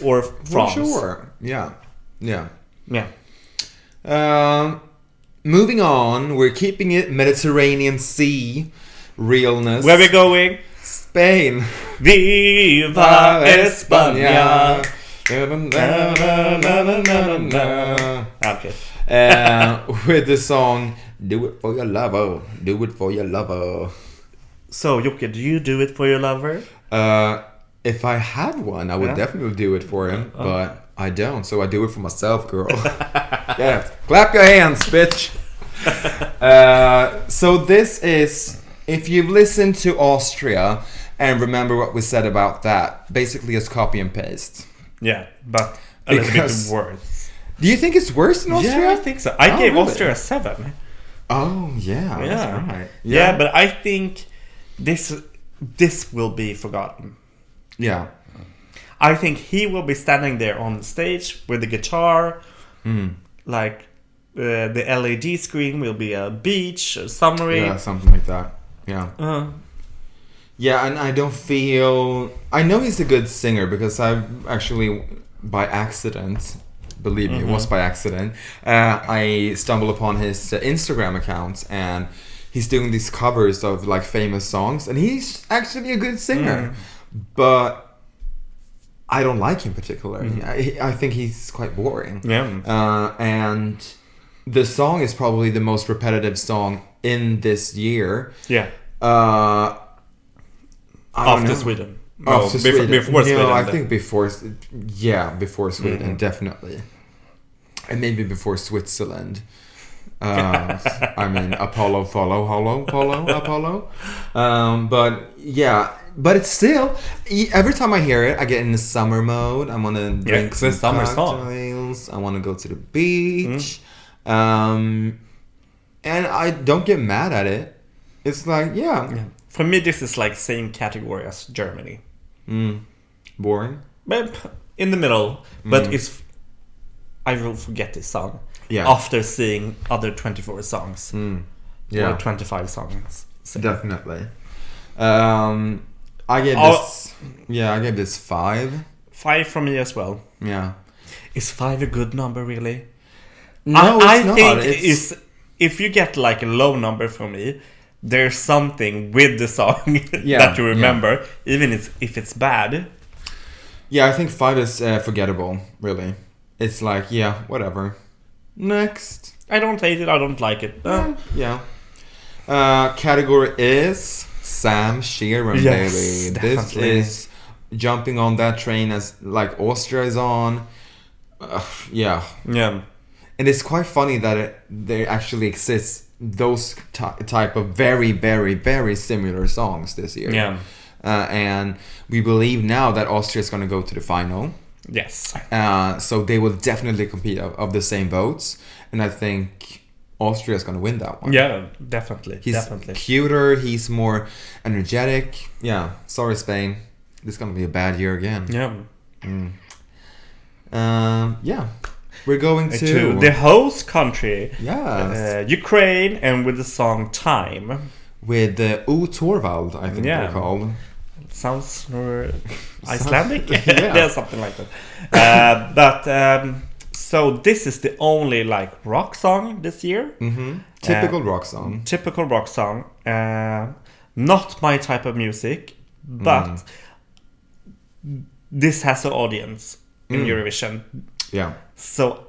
Speaker 2: or
Speaker 1: for
Speaker 2: France.
Speaker 1: sure. Yeah, yeah.
Speaker 2: Yeah.
Speaker 1: Um, moving on, we're keeping it Mediterranean Sea realness.
Speaker 2: Where we going?
Speaker 1: Spain.
Speaker 2: Viva España! Okay.
Speaker 1: Uh, with the song "Do It for Your Lover, Do It for Your Lover."
Speaker 2: So, Jocke, do you do it for your lover?
Speaker 1: Uh, if I had one, I would
Speaker 2: Yeah. Uh-huh.
Speaker 1: definitely do it for him, but I don't, so I do it for myself, girl. yeah, clap your hands, bitch. uh, so this is if you've listened to Austria and remember what we said about that, basically it's copy and paste.
Speaker 2: Yeah, but a
Speaker 1: Because-
Speaker 2: little bit worse.
Speaker 1: Do you think it's worse in Austria?
Speaker 2: Yeah, I think so. I
Speaker 1: Oh,
Speaker 2: gave
Speaker 1: really?
Speaker 2: Austria a seven.
Speaker 1: Oh yeah,
Speaker 2: Yeah,
Speaker 1: that's right.
Speaker 2: yeah. but I think this this will be forgotten.
Speaker 1: yeah,
Speaker 2: I think he will be standing there on stage with the guitar, Hmm. like uh, the LED screen will be a beach, a summary.
Speaker 1: yeah, something like that. Yeah.
Speaker 2: Uh,
Speaker 1: Yeah, and I don't feel. I know he's a good singer because I've actually, by accident, believe me, it was by accident, uh, I stumbled upon his uh, Instagram account and he's doing these covers of like famous songs and he's actually a good singer. But I don't like him particularly. I, I think he's quite boring.
Speaker 2: yeah.
Speaker 1: Uh, and the song is probably the most repetitive song in this year.
Speaker 2: Yeah.
Speaker 1: Uh, I don't
Speaker 2: After
Speaker 1: know.
Speaker 2: Sweden. No,
Speaker 1: After
Speaker 2: before,
Speaker 1: Sweden.
Speaker 2: Oh, before
Speaker 1: No,
Speaker 2: Sweden.
Speaker 1: I
Speaker 2: then. Mm-hmm.
Speaker 1: think before, S- yeah, before Sweden, definitely, and maybe before Switzerland. Uh, I mean, Apollo, follow, hollow, follow, Apollo. Um, but yeah, but it's still. e- Every time I hear it, I get in the summer mode. I want to drink
Speaker 2: it's
Speaker 1: some
Speaker 2: a summer song. Mm.
Speaker 1: cocktails. I want to go to the beach. Um, and I don't get mad at it. It's like, yeah,
Speaker 2: Yeah. For me, this is like same category as Germany.
Speaker 1: boring.
Speaker 2: But p- in the middle.
Speaker 1: Mm.
Speaker 2: But it's I will forget this song
Speaker 1: Yeah. Mm,
Speaker 2: after seeing other 24 songs
Speaker 1: Yeah.
Speaker 2: or 25 songs. So-
Speaker 1: Definitely. Um, I gave
Speaker 2: Oh.
Speaker 1: this. Yeah, I gave this five.
Speaker 2: Five from me as well.
Speaker 1: Yeah.
Speaker 2: Is five a good number really?
Speaker 1: No,
Speaker 2: I,
Speaker 1: it's
Speaker 2: I
Speaker 1: not.
Speaker 2: think
Speaker 1: it's,
Speaker 2: it's- if you get like a low number from me, there's something with the song
Speaker 1: Yeah,
Speaker 2: that you
Speaker 1: yeah.
Speaker 2: remember, even if, if it's bad.
Speaker 1: yeah. I think five is uh, forgettable. Really, it's like yeah, whatever. Next.
Speaker 2: I don't hate it. I don't like it. Uh,
Speaker 1: Yeah. Uh, category is Sam Sheeran,
Speaker 2: Yes,
Speaker 1: baby.
Speaker 2: definitely.
Speaker 1: This is jumping on that train as like Austria is on. Ugh, yeah.
Speaker 2: yeah.
Speaker 1: and it's quite funny that it, there actually exists those ty- type of very very very similar songs this year
Speaker 2: Yeah.
Speaker 1: uh, and we believe now that austria is going to go to the final
Speaker 2: Yes.
Speaker 1: uh, so they will definitely compete of, of the same votes and i think austria is going to win that one
Speaker 2: Yeah, definitely.
Speaker 1: he's
Speaker 2: definitely.
Speaker 1: cuter he's more energetic yeah sorry spain this is going to be a bad year again
Speaker 2: Yeah.
Speaker 1: um, yeah we're going to,
Speaker 2: To the host country,
Speaker 1: yes
Speaker 2: uh, Ukraine, and with the song Time.
Speaker 1: with uh, O Torvald, I think
Speaker 2: Yeah.
Speaker 1: they're called.
Speaker 2: Sounds more Icelandic?
Speaker 1: Yeah.
Speaker 2: yeah, something like that. Uh, but um, so this is the only like rock song this year.
Speaker 1: hmm Typical rock song.
Speaker 2: Typical rock song. Uh, not my type of music, but this has an audience in Eurovision.
Speaker 1: Yeah.
Speaker 2: So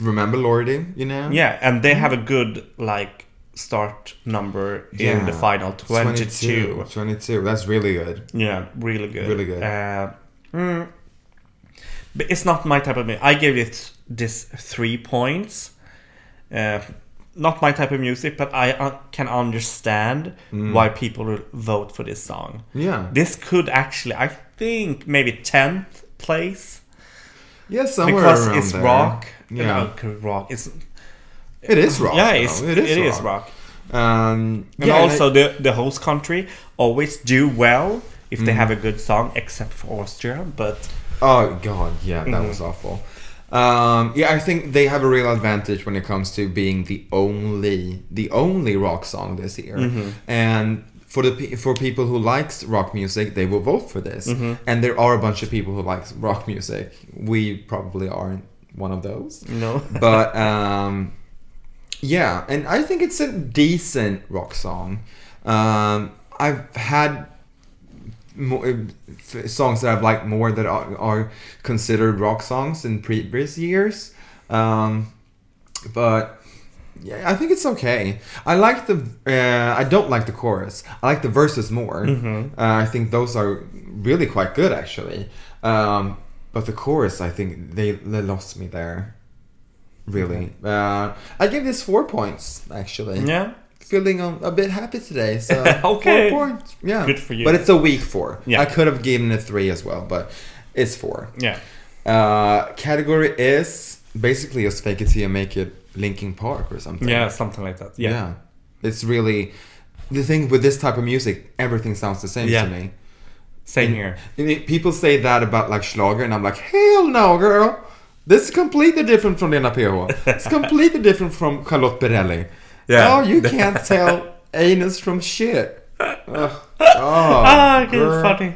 Speaker 1: Remember Lordy, you know?
Speaker 2: Yeah, and
Speaker 1: Mm-hmm.
Speaker 2: they have a good like start number in the final 22.
Speaker 1: 22. 22. That's really good.
Speaker 2: Yeah, really good.
Speaker 1: Really good.
Speaker 2: Uh, mm. but it's not my type of music. I gave it this three points. Uh, not my type of music, but I uh, can understand
Speaker 1: Mm.
Speaker 2: why people will vote for this song.
Speaker 1: Yeah.
Speaker 2: This could actually, I think, maybe 10th place.
Speaker 1: Yeah, somewhere
Speaker 2: because
Speaker 1: around
Speaker 2: it's
Speaker 1: there.
Speaker 2: rock.
Speaker 1: Yeah.
Speaker 2: No, rock. It's
Speaker 1: It is rock.
Speaker 2: yeah,
Speaker 1: though.
Speaker 2: it's,
Speaker 1: it is rock.
Speaker 2: rock.
Speaker 1: Um,
Speaker 2: And
Speaker 1: yeah,
Speaker 2: also, the the host country always do well if
Speaker 1: Mm.
Speaker 2: they have a good song, except for Austria. But
Speaker 1: Oh god, yeah, that was awful. Um, yeah, I think they have a real advantage when it comes to being the only the only rock song this year, and. For the pe- for people who likes rock music, they will vote for this, and there are a bunch of people who likes rock music. We probably aren't one of those,
Speaker 2: no,
Speaker 1: but um, yeah, and I think it's a decent rock song. Um, I've had mo- uh, f- songs that I've liked more that are, are considered rock songs in previous years, um, but. Yeah, I think it's okay. I like the. Uh, I don't like the chorus. I like the verses more. Uh, I think those are really quite good, actually. Um, but the chorus, I think they, they lost me there. Really, uh, I give this four points actually.
Speaker 2: yeah,
Speaker 1: Feeling a, a bit happy today, so
Speaker 2: Okay.
Speaker 1: four points. Yeah,
Speaker 2: Good for you.
Speaker 1: But it's a weak four.
Speaker 2: Yeah.
Speaker 1: I could have given it three as well, but it's four.
Speaker 2: yeah.
Speaker 1: Uh, category is basically just fake it till you make it. Linking Park or something.
Speaker 2: Yeah, something like that.
Speaker 1: Yeah.
Speaker 2: Yeah.
Speaker 1: It's really the thing with this type of music, everything sounds the same
Speaker 2: Yeah.
Speaker 1: to me.
Speaker 2: Same here.
Speaker 1: And it- People say that about like Schlager, and I'm like, hell no, girl. This is completely different from Lena PH. It's completely different from Charlotte Perrelli.
Speaker 2: Yeah.
Speaker 1: No, you can't tell anus from shit. Ugh. Oh,
Speaker 2: Ah, okay,
Speaker 1: girl.
Speaker 2: funny.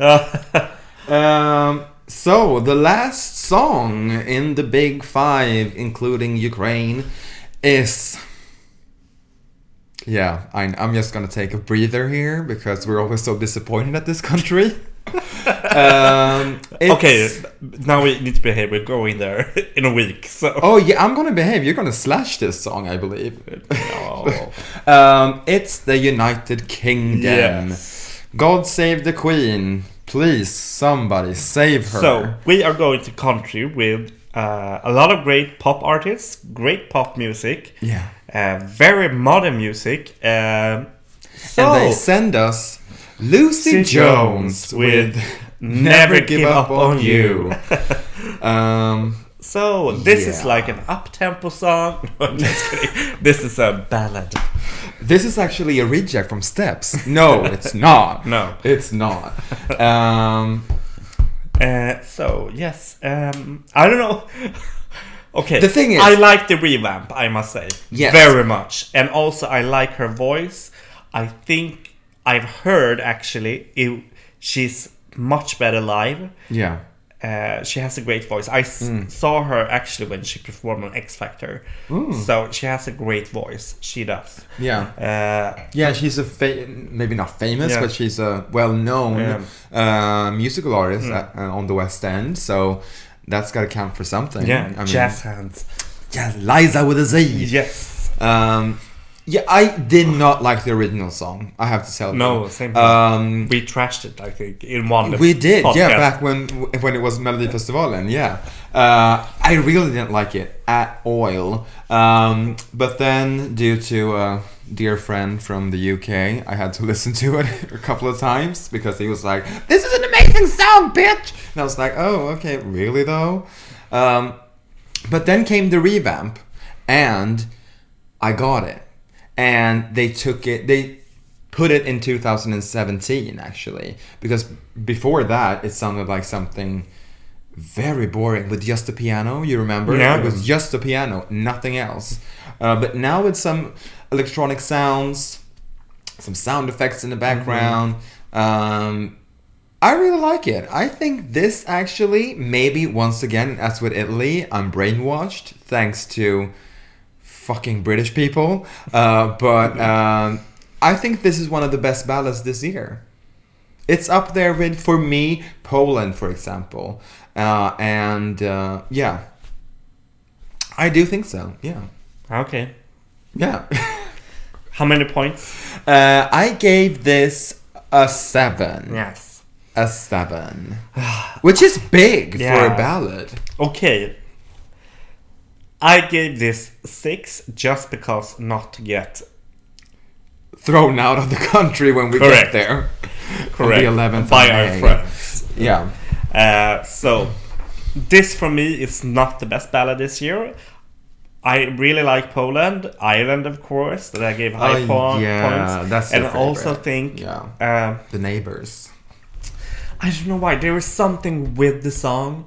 Speaker 2: Uh,
Speaker 1: Um, so the last song in the big five, including Ukraine, is. Yeah, I, I'm just gonna take a breather here because we're always so disappointed at this country. um, it's-
Speaker 2: okay, now we need to behave. We're going there in a week, so
Speaker 1: Oh yeah, I'm gonna behave. You're gonna slash this song, I believe.
Speaker 2: No.
Speaker 1: um, it's the United Kingdom.
Speaker 2: Yes.
Speaker 1: God save the Queen. Please, somebody save her.
Speaker 2: So we are going to country with uh, a lot of great pop artists, great pop music,
Speaker 1: Yeah.
Speaker 2: uh, very modern music. Um so
Speaker 1: and they send us Lucy Jones, with
Speaker 2: "Never Give Up on You."
Speaker 1: You. um,
Speaker 2: so this is
Speaker 1: Yeah.
Speaker 2: like an up tempo song. No, I'm just kidding. this is a ballad.
Speaker 1: this is actually a reject from Steps. No, it's not.
Speaker 2: No.
Speaker 1: it's not. Um,
Speaker 2: Uh, so yes, um, I don't know. okay,
Speaker 1: The thing is-
Speaker 2: I like the revamp. I must say,
Speaker 1: Yes.
Speaker 2: very much, and also I like her voice. I think I've heard actually it, she's much better live.
Speaker 1: yeah.
Speaker 2: Uh, she has a great voice. I s-
Speaker 1: Hmm.
Speaker 2: saw her actually when she performed on X Factor, so she has a great voice. She does.
Speaker 1: Hmm. Yeah,
Speaker 2: Uh,
Speaker 1: yeah. She's a fa- maybe not famous,
Speaker 2: Yeah.
Speaker 1: but she's a well-known uh, musical artist
Speaker 2: Hmm.
Speaker 1: at- uh, on the West End. So that's got to count for something.
Speaker 2: yeah,
Speaker 1: Mm-hmm. I mean,
Speaker 2: jazz hands.
Speaker 1: yeah, Liza with a Z.
Speaker 2: Yes.
Speaker 1: Um, yeah, I did not like the original song. I have to tell you.
Speaker 2: No, same here.
Speaker 1: Um,
Speaker 2: We trashed it, I think, in one.
Speaker 1: we did, yeah,
Speaker 2: podcast.
Speaker 1: back when when it was Melody Festival, and yeah, uh, I really didn't like it at all. Um, but then, due to a dear friend from the UK, I had to listen to it a couple of times because he was like, "This is an amazing song, bitch," and I was like, "Oh, okay, really though." Um, but then came the revamp, and I got it. And they took it, they put it in 2017 actually, because before that it sounded like something very boring with just the piano. You remember?
Speaker 2: Yeah.
Speaker 1: It was just the piano, nothing else. Uh, but now with some electronic sounds, some sound effects in the background. Um, I really like it. I think this actually, maybe once again, as with Italy, I'm brainwashed thanks to fucking British people. Uh, but um, I think this is one of the best ballads this year. It's up there with, for me, Poland, for example. Uh, and uh, yeah, I do think so. Yeah.
Speaker 2: Okay.
Speaker 1: Yeah.
Speaker 2: How many points?
Speaker 1: uh, I gave this a seven.
Speaker 2: Yes.
Speaker 1: a seven, which is big for
Speaker 2: Yeah.
Speaker 1: a ballad.
Speaker 2: Okay. I gave this six just because not to get
Speaker 1: Thrown out of the country when we get
Speaker 2: Correct.
Speaker 1: there.
Speaker 2: correct
Speaker 1: The 11th
Speaker 2: by
Speaker 1: of
Speaker 2: our
Speaker 1: May.
Speaker 2: friends.
Speaker 1: Yeah.
Speaker 2: Uh, so this for me is not the best ballad this year. I really like Poland, Ireland, of course, that I gave high
Speaker 1: Oh,
Speaker 2: po-
Speaker 1: yeah,
Speaker 2: points,
Speaker 1: that's
Speaker 2: and
Speaker 1: your
Speaker 2: I also
Speaker 1: favorite.
Speaker 2: think
Speaker 1: Yeah.
Speaker 2: um,
Speaker 1: The neighbors.
Speaker 2: I don't know why. There is something with the song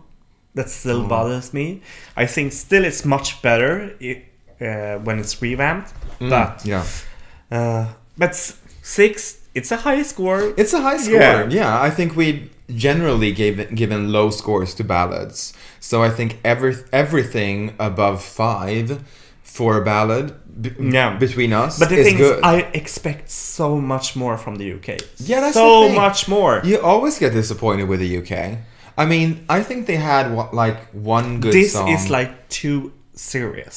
Speaker 2: that still
Speaker 1: Mm.
Speaker 2: bothers me. I think still it's much better i uh, when it's revamped. But
Speaker 1: Mm, Yeah.
Speaker 2: uh, but s- six, it's a high score.
Speaker 1: It's a high score.
Speaker 2: Yeah.
Speaker 1: Yeah, I think we generally gave given low scores to ballads. So I think every everything above five for a ballad b-
Speaker 2: Yeah.
Speaker 1: between us
Speaker 2: but the
Speaker 1: is
Speaker 2: thing
Speaker 1: good.
Speaker 2: is, I expect so much more from the UK.
Speaker 1: Yeah, that's
Speaker 2: so
Speaker 1: the thing.
Speaker 2: much more.
Speaker 1: you always get disappointed with the UK. I mean, I think they had what, like one good
Speaker 2: this
Speaker 1: song.
Speaker 2: is like too serious.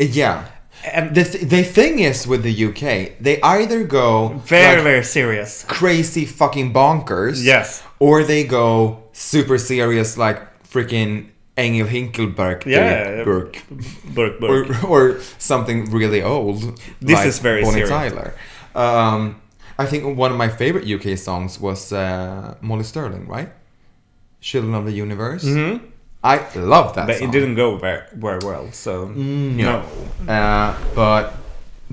Speaker 1: Uh, yeah.
Speaker 2: And
Speaker 1: The, th- the thing is with the UK, they either go
Speaker 2: very,
Speaker 1: like,
Speaker 2: very serious.
Speaker 1: crazy fucking bonkers.
Speaker 2: Yes.
Speaker 1: Or they go super serious like freaking Engel Hinkelberg
Speaker 2: Yeah.
Speaker 1: Burke.
Speaker 2: Burke,
Speaker 1: Or,
Speaker 2: Burke.
Speaker 1: or something really old.
Speaker 2: This
Speaker 1: like
Speaker 2: is very
Speaker 1: Bonnie
Speaker 2: serious.
Speaker 1: Tyler. Um, I think one of my favorite UK songs was uh, Molly Sterling, right? Children of the Universe.
Speaker 2: Mhm.
Speaker 1: I love that
Speaker 2: But
Speaker 1: song. Mm,
Speaker 2: it didn't go very, very well, so
Speaker 1: no. Uh, but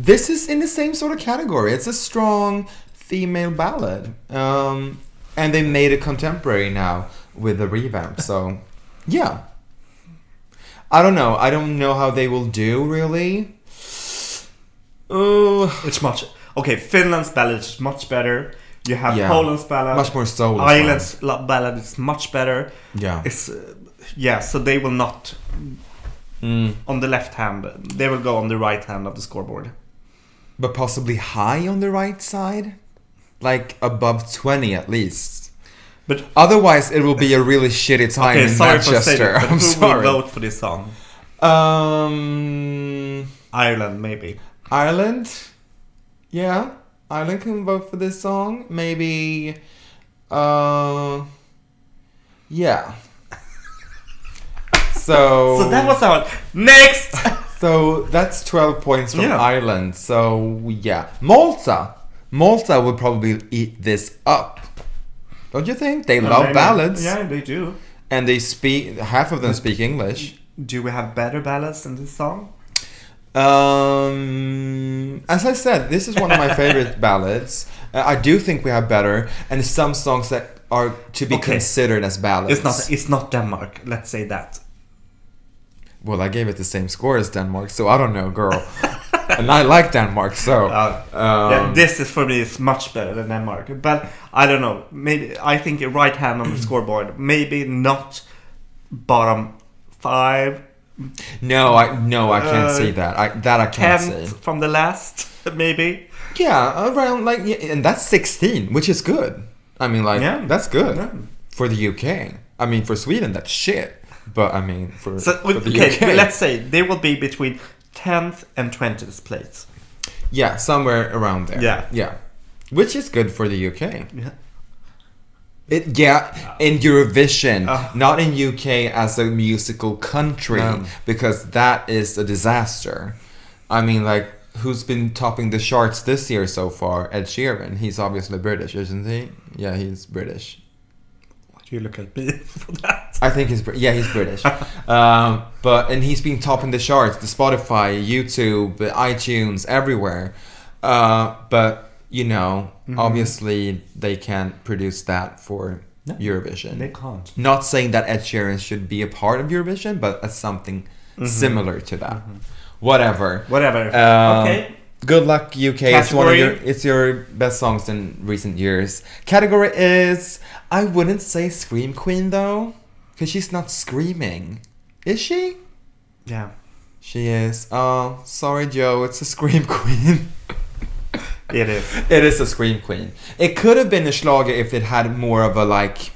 Speaker 1: this is in the same sort of category. It's a strong female ballad. Um, and they made it contemporary now with the revamp. So, yeah. I don't know. I don't know how they will do, really. Oh,
Speaker 2: It's much okay. Finland's ballad is much better. You have
Speaker 1: Yeah.
Speaker 2: Poland's ballad,
Speaker 1: much more soul. as well.
Speaker 2: Ireland's la- ballad is much better.
Speaker 1: Yeah.
Speaker 2: It's uh, yeah. So they will not
Speaker 1: Mm.
Speaker 2: on the left hand. They will go on the right hand of the scoreboard.
Speaker 1: But possibly high on the right side? Like above 20 at least.
Speaker 2: But
Speaker 1: Otherwise, it will be a really shitty time
Speaker 2: okay,
Speaker 1: in
Speaker 2: sorry for saying
Speaker 1: Manchester.
Speaker 2: it, but
Speaker 1: I'm
Speaker 2: who
Speaker 1: sorry.
Speaker 2: will vote for this song?
Speaker 1: Um,
Speaker 2: Ireland, maybe.
Speaker 1: Ireland. Yeah, Ireland can vote for this song. Maybe. Uh, yeah. So.
Speaker 2: So that was our next.
Speaker 1: So that's twelve points from
Speaker 2: Yeah.
Speaker 1: Ireland. So yeah, Malta. Malta would probably eat this up. Don't you think? They love ballads,
Speaker 2: Yeah, they do.
Speaker 1: and they speak. Half of them speak English.
Speaker 2: Do we have better ballads than this song?
Speaker 1: Um, as I said, this is one of my favorite ballads. Uh, I do think we have better, and some songs that are to be
Speaker 2: Okay.
Speaker 1: considered as ballads.
Speaker 2: It's not. It's not Denmark. Let's say that.
Speaker 1: well, I gave it the same score as Denmark, so I don't know, girl. and I like Denmark, so.
Speaker 2: Uh,
Speaker 1: um,
Speaker 2: Yeah, this is for me is much better than Denmark, but I don't know. Maybe I think a right hand on the scoreboard. Maybe not bottom five,
Speaker 1: no, I no, I can't
Speaker 2: Uh,
Speaker 1: see that. I that I can't
Speaker 2: tenth
Speaker 1: see.
Speaker 2: from the last. Maybe
Speaker 1: Yeah, around like, yeah, and that's sixteen, which is good. I mean, like,
Speaker 2: Yeah.
Speaker 1: that's good
Speaker 2: Yeah.
Speaker 1: for the UK. I mean, for Sweden, that's shit. But I mean, for,
Speaker 2: so.
Speaker 1: for the
Speaker 2: Okay,
Speaker 1: UK,
Speaker 2: well, let's say they will be between tenth and twentieth place.
Speaker 1: Yeah, somewhere around there.
Speaker 2: Yeah.
Speaker 1: Yeah. Which is good for the UK.
Speaker 2: Yeah.
Speaker 1: It, yeah, in Eurovision,
Speaker 2: Ah.
Speaker 1: not in UK as a musical country,
Speaker 2: No.
Speaker 1: because that is a disaster. I mean, like, who's been topping the charts this year so far? Ed Sheeran. He's obviously British, isn't he? Yeah, he's British.
Speaker 2: Why do you look at me for that?
Speaker 1: I think he's Br- yeah he's British, um, but and he's been topping the charts, the Spotify, YouTube, the iTunes, everywhere. Uh, but you know,
Speaker 2: Mm-hmm.
Speaker 1: obviously they can't produce that for
Speaker 2: No.
Speaker 1: Eurovision.
Speaker 2: They can't.
Speaker 1: Not saying that Ed Sheeran should be a part of Eurovision, but as something
Speaker 2: Mm-hmm.
Speaker 1: similar to that. Whatever.
Speaker 2: Whatever.
Speaker 1: Um,
Speaker 2: okay.
Speaker 1: Good luck, UK. It's one of
Speaker 2: Category?
Speaker 1: your it's your best songs in recent years. Category is I wouldn't say scream queen though, because she's not screaming, is she?
Speaker 2: Yeah.
Speaker 1: She is. Oh, sorry, Joe. It's a scream queen.
Speaker 2: It is.
Speaker 1: it is a scream queen. It could have been a schlager if it had more of a like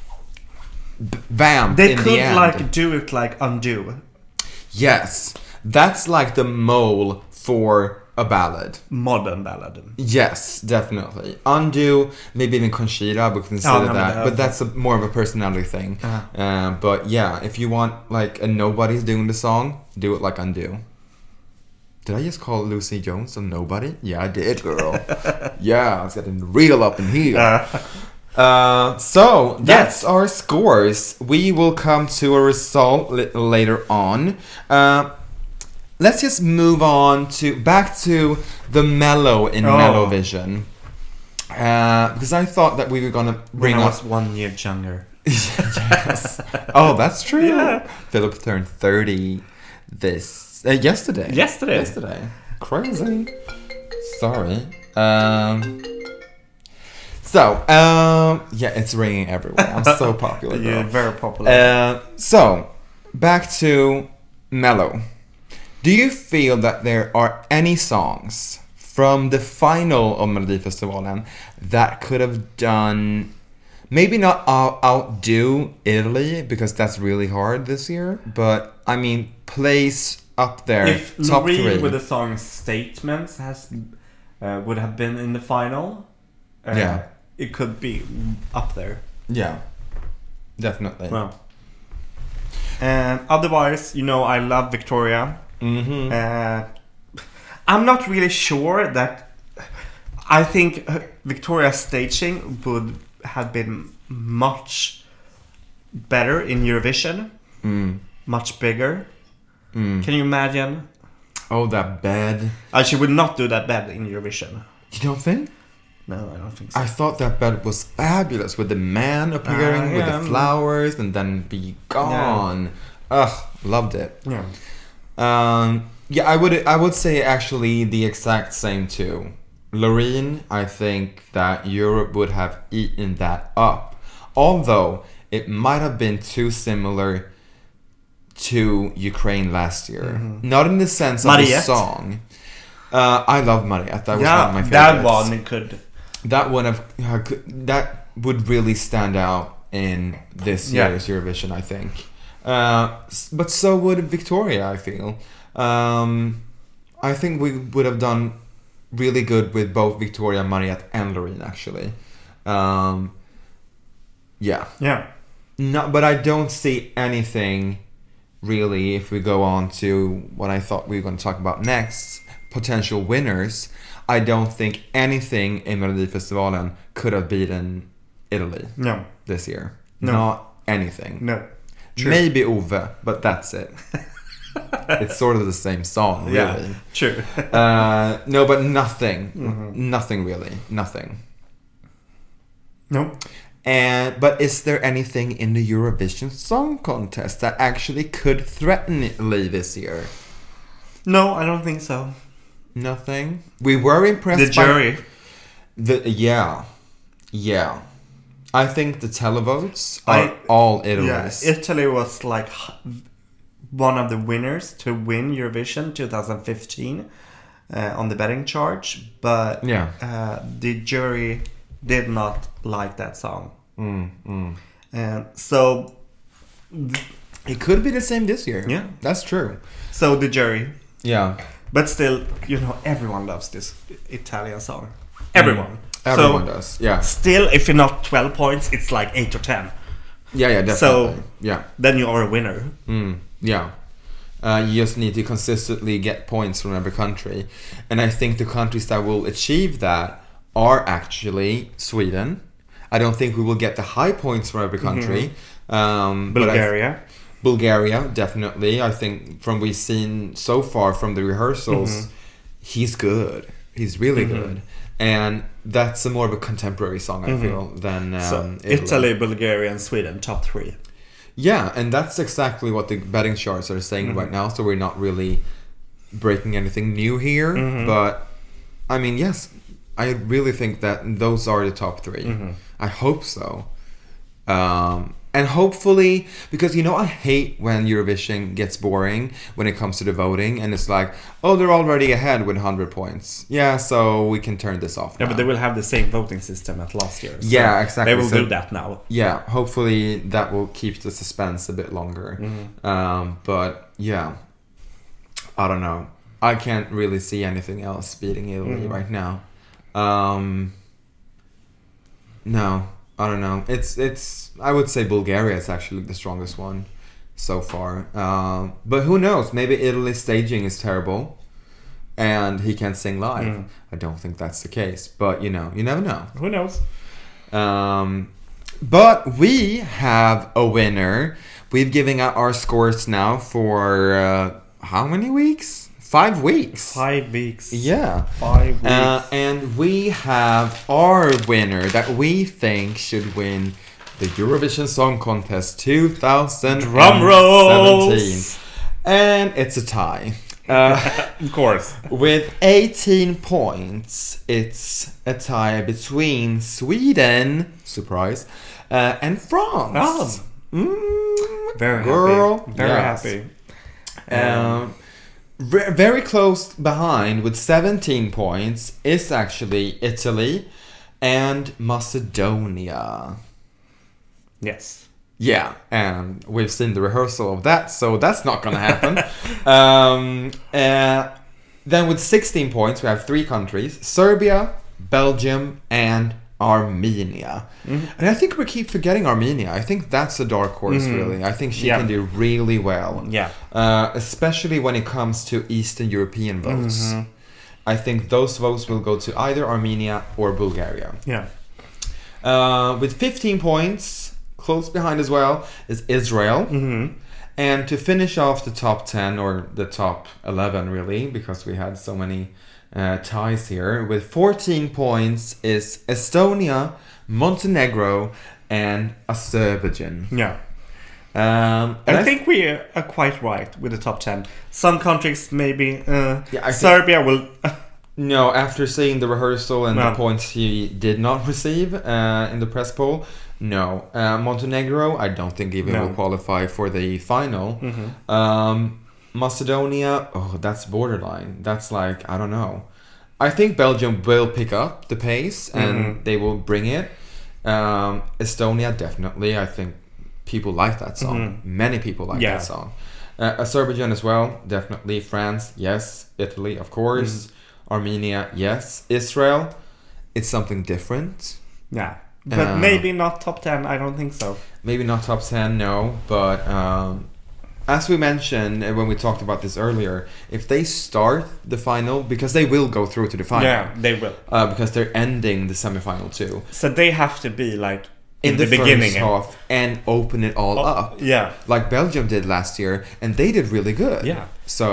Speaker 1: b- vamp.
Speaker 2: They
Speaker 1: in the
Speaker 2: could
Speaker 1: end.
Speaker 2: like do it like undo
Speaker 1: yes, that's like the mole for a ballad.
Speaker 2: modern ballad.
Speaker 1: Yes, definitely. Undo, maybe even Conchita would consider
Speaker 2: Oh, no, but
Speaker 1: that,
Speaker 2: that-
Speaker 1: but that's a, more of a personality thing.
Speaker 2: Uh-huh.
Speaker 1: Uh, but yeah, if you want like a nobody's doing the song, do it like Undo. Did I just call Lucy Jones a nobody? Yeah, I did, girl. yeah, I was getting real up in here.
Speaker 2: Uh,
Speaker 1: Uh, so that's our scores. We will come to a result li- later on. Uh, let's just move on to back to the mellow in
Speaker 2: Oh.
Speaker 1: mellow vision. Uh, because I thought that we were gonna
Speaker 2: When
Speaker 1: bring
Speaker 2: I
Speaker 1: up
Speaker 2: was one year younger.
Speaker 1: yes. Oh, that's true.
Speaker 2: Yeah.
Speaker 1: Philip turned 30 this uh, yesterday.
Speaker 2: Yesterday.
Speaker 1: Yesterday. Crazy. Sorry. Um So, um yeah, it's ringing everywhere. I'm so popular. girl.
Speaker 2: You're very popular.
Speaker 1: Uh, so, back to Mellow. Do you feel that there are any songs from the final of Melodifestivalen that could have done, maybe not out- outdo Italy, because that's really hard this year, but I mean, place up there,
Speaker 2: if
Speaker 1: top
Speaker 2: Loreen
Speaker 1: three.
Speaker 2: with the song "Statements" has uh, would have been in the final, uh,
Speaker 1: Yeah.
Speaker 2: it could be up there.
Speaker 1: yeah, definitely.
Speaker 2: Well, and otherwise, you know, I love Victoria.
Speaker 1: mm-hmm.
Speaker 2: Uh, I'm not really sure that. I think uh, Victoria's staging would have been much better in Eurovision,
Speaker 1: mm,
Speaker 2: much bigger.
Speaker 1: mm.
Speaker 2: Can you imagine?
Speaker 1: Oh, that bed.
Speaker 2: Uh, she would not do that bad in Eurovision.
Speaker 1: You don't think?
Speaker 2: No, I don't think so.
Speaker 1: I thought that bed was fabulous with the man appearing with
Speaker 2: yeah.
Speaker 1: the flowers and then be gone. Ugh, loved it.
Speaker 2: yeah.
Speaker 1: Um, yeah, I would I would say actually the exact same too. Loreen, I think that Europe would have eaten that up. Although it might have been too similar to Ukraine last year. Not in the sense of the
Speaker 2: Mm-hmm. Mariette.
Speaker 1: song. Uh, I love Mariette. That was one
Speaker 2: yeah,
Speaker 1: of my favorites
Speaker 2: that one could.
Speaker 1: that one of her, c- that would really stand out in this
Speaker 2: Yeah.
Speaker 1: year's Eurovision, I think. Uh, s- but so would Victoria, I feel. Um, I think we would have done really good with both Victoria, Mariette, and Loreen, actually. Um, yeah,
Speaker 2: Yeah.
Speaker 1: no, but I don't see anything really if we go on to what I thought we were going to talk about next potential winners. I don't think anything in Melodifestivalen could have beaten Italy
Speaker 2: No.
Speaker 1: this year.
Speaker 2: No.
Speaker 1: Not anything.
Speaker 2: No. True.
Speaker 1: Maybe Ove, but that's it. it's sort of the same song, really.
Speaker 2: Yeah. True.
Speaker 1: Uh, no, but nothing.
Speaker 2: Mm-hmm.
Speaker 1: Nothing really. Nothing.
Speaker 2: no.
Speaker 1: And but is there anything in the Eurovision Song Contest that actually could threaten Italy this year?
Speaker 2: No, I don't think so.
Speaker 1: Nothing. We were impressed.
Speaker 2: The
Speaker 1: by-
Speaker 2: jury.
Speaker 1: The yeah, yeah. I think the televotes are
Speaker 2: I-
Speaker 1: all
Speaker 2: Yeah,
Speaker 1: Italy's.
Speaker 2: Italy was like h- one of the winners to win Eurovision 2015 uh, on the betting charge, but
Speaker 1: Yeah.
Speaker 2: uh, the jury did not like that song.
Speaker 1: Mm, mm.
Speaker 2: And so,
Speaker 1: It could be the same this year.
Speaker 2: Yeah.
Speaker 1: that's true.
Speaker 2: so the jury.
Speaker 1: Yeah,
Speaker 2: But still, you know, everyone loves this Italian song. Everyone.
Speaker 1: Mm. everyone
Speaker 2: so,
Speaker 1: does. Yeah,
Speaker 2: Still, if you're not 12 points, it's like 8 or 10.
Speaker 1: yeah, yeah, definitely.
Speaker 2: So-
Speaker 1: yeah,
Speaker 2: Then you are a winner.
Speaker 1: Mm, yeah. Uh, you just need to consistently get points from every country. And I think the countries that will achieve that are actually Sweden. I don't think we will get the high points from every country. Um, but I-
Speaker 2: Mm-hmm. Bulgaria.
Speaker 1: Bulgaria, definitely. I think from we've seen so far from the rehearsals,
Speaker 2: Mm-hmm.
Speaker 1: he's good. He's really good. And that's a more of a contemporary song, I feel, than um,
Speaker 2: Mm-hmm. so Italy, Bulgaria, and Sweden, top three.
Speaker 1: yeah, and that's exactly what the betting charts are saying
Speaker 2: Mm-hmm.
Speaker 1: right now. So we're not really breaking anything new here.
Speaker 2: Mm-hmm.
Speaker 1: But I mean, yes, I really think that those are the top 3
Speaker 2: Mm-hmm.
Speaker 1: I hope so. Um, and hopefully, because you know, I hate when Eurovision gets boring when it comes to the voting, and it's like, oh, they're already ahead with 100 points. Yeah, so we can turn this off.
Speaker 2: Yeah,
Speaker 1: now.
Speaker 2: but they will have the same voting system as last year. so
Speaker 1: Yeah, exactly.
Speaker 2: They will
Speaker 1: So-
Speaker 2: do that now.
Speaker 1: yeah, hopefully that will keep the suspense a bit longer. Um, but yeah, I don't know. I can't really see anything else beating Italy right now. Um, no, I don't know. It's it's. I would say Bulgaria is actually the strongest one so far. Um, but who knows? Maybe Italy's staging is terrible, and he can sing live. I don't think that's the case, but you know, you never know.
Speaker 2: Who knows?
Speaker 1: Um, but we have a winner. We've given out our scores now for uh, how many weeks? Five weeks.
Speaker 2: Five weeks.
Speaker 1: Yeah.
Speaker 2: Five weeks.
Speaker 1: Uh, and we have our winner that we think should win the Eurovision Song Contest 2017.
Speaker 2: Drum rolls.
Speaker 1: And it's a tie. Uh,
Speaker 2: of course.
Speaker 1: with 18 points, it's a tie between Sweden, surprise, uh, and France.
Speaker 2: France.
Speaker 1: Mm,
Speaker 2: Very
Speaker 1: girl,
Speaker 2: happy. Very
Speaker 1: yes.
Speaker 2: happy.
Speaker 1: Um, ve- very close behind with 17 points is actually Italy and Macedonia.
Speaker 2: Yes.
Speaker 1: Yeah, and we've seen the rehearsal of that, so that's not going to happen. um, uh, then with 16 points, we have three countries Serbia, Belgium, and Armenia.
Speaker 2: Mm-hmm.
Speaker 1: And I think we keep forgetting Armenia. I think that's a dark horse, really. I think she
Speaker 2: Yeah.
Speaker 1: can do really well.
Speaker 2: Yeah.
Speaker 1: Uh, especially when it comes to Eastern European votes.
Speaker 2: Mm-hmm.
Speaker 1: I think those votes will go to either Armenia or Bulgaria.
Speaker 2: Yeah.
Speaker 1: Uh, with 15 points, close behind as well, is Israel. Mm-hmm. And to finish off the top 10 or the top 11, really, because we had so many uh, ties here, with 14 points is Estonia, Montenegro, and Azerbaijan.
Speaker 2: Yeah.
Speaker 1: Um, and
Speaker 2: I think we are quite right with the top 10. Some countries, maybe uh,
Speaker 1: Yeah, I think-
Speaker 2: Serbia will.
Speaker 1: No, after seeing the rehearsal and
Speaker 2: No.
Speaker 1: the points he did not receive uh, in the press poll, no. Uh, Montenegro, I don't think even
Speaker 2: No.
Speaker 1: will qualify for the final. Um, Macedonia, oh, that's borderline. That's like, I don't know. I think Belgium will pick up the pace and they will bring it. Um, Estonia, definitely. I think people like that song. Many people like
Speaker 2: Yeah.
Speaker 1: that song. Uh, Azerbaijan as well, definitely. France, yes. Italy, of course.
Speaker 2: Mm.
Speaker 1: Armenia, yes. Israel, it's something different.
Speaker 2: yeah. But
Speaker 1: Uh,
Speaker 2: maybe not top 10. I don't think so.
Speaker 1: Maybe not top 10, no. But um, as we mentioned uh, when we talked about this earlier, if they start the final, because they will go through to the final,
Speaker 2: Yeah, they will.
Speaker 1: uh, because they're ending the semifinal too.
Speaker 2: So they have to be like
Speaker 1: In, the,
Speaker 2: beginning. Oh,
Speaker 1: first half and open it all up.
Speaker 2: Yeah.
Speaker 1: like Belgium did last year, and they did really good.
Speaker 2: Yeah.
Speaker 1: So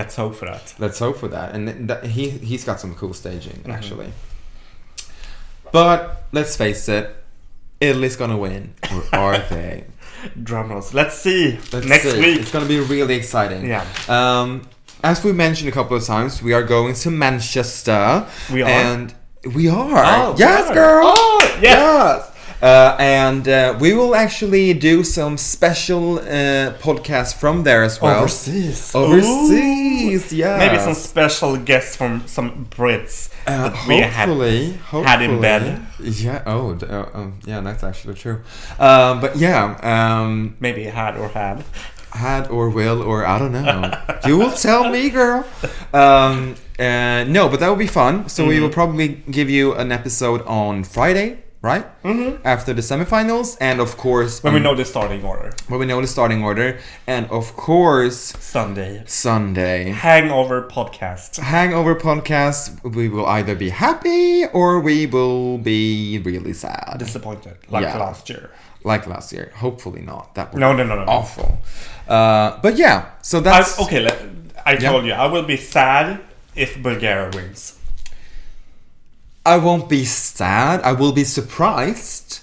Speaker 2: Let's hope for that.
Speaker 1: let's hope for that. And that, he he's got some cool staging
Speaker 2: Mm-hmm.
Speaker 1: actually. But let's face it, Italy's gonna win, or are they?
Speaker 2: Drum rolls. Let's see.
Speaker 1: Let's
Speaker 2: Next
Speaker 1: see.
Speaker 2: week.
Speaker 1: it's gonna be really exciting.
Speaker 2: Yeah.
Speaker 1: Um, as we mentioned a couple of times, we are going to Manchester.
Speaker 2: We are?
Speaker 1: and we are.
Speaker 2: Oh,
Speaker 1: yes,
Speaker 2: we are.
Speaker 1: girl.
Speaker 2: Oh, yes.
Speaker 1: Uh, and uh, we will actually do some special uh, podcasts from there as well.
Speaker 2: Overseas.
Speaker 1: Overseas,
Speaker 2: Ooh.
Speaker 1: yes.
Speaker 2: Maybe some special guests from some Brits
Speaker 1: Uh,
Speaker 2: that we had.
Speaker 1: hopefully,
Speaker 2: had in
Speaker 1: hopefully.
Speaker 2: bed.
Speaker 1: Yeah. Oh, d- uh, um, yeah. That's actually true. Um, but yeah, um,
Speaker 2: Maybe had or had.
Speaker 1: had or will or I don't know. you will tell me, girl. Um, uh, no, but that will be fun. So
Speaker 2: Mm-hmm.
Speaker 1: we will probably give you an episode on Friday, right? Mm-hmm. After the semifinals, and of course
Speaker 2: When we
Speaker 1: um,
Speaker 2: know the starting order.
Speaker 1: when we know the starting order, and of course
Speaker 2: Sunday.
Speaker 1: Sunday.
Speaker 2: Hangover podcast.
Speaker 1: Hangover podcast, we will either be happy or we will be really sad.
Speaker 2: Disappointed. Like
Speaker 1: Yeah.
Speaker 2: last year.
Speaker 1: Like last year. Hopefully not. That would
Speaker 2: No,
Speaker 1: be
Speaker 2: no, no, no, no.
Speaker 1: awful. Uh, but yeah, so
Speaker 2: I,
Speaker 1: that's.
Speaker 2: okay, let, I told you. I will be sad if Bulgaria wins.
Speaker 1: I won't be sad. I will be surprised,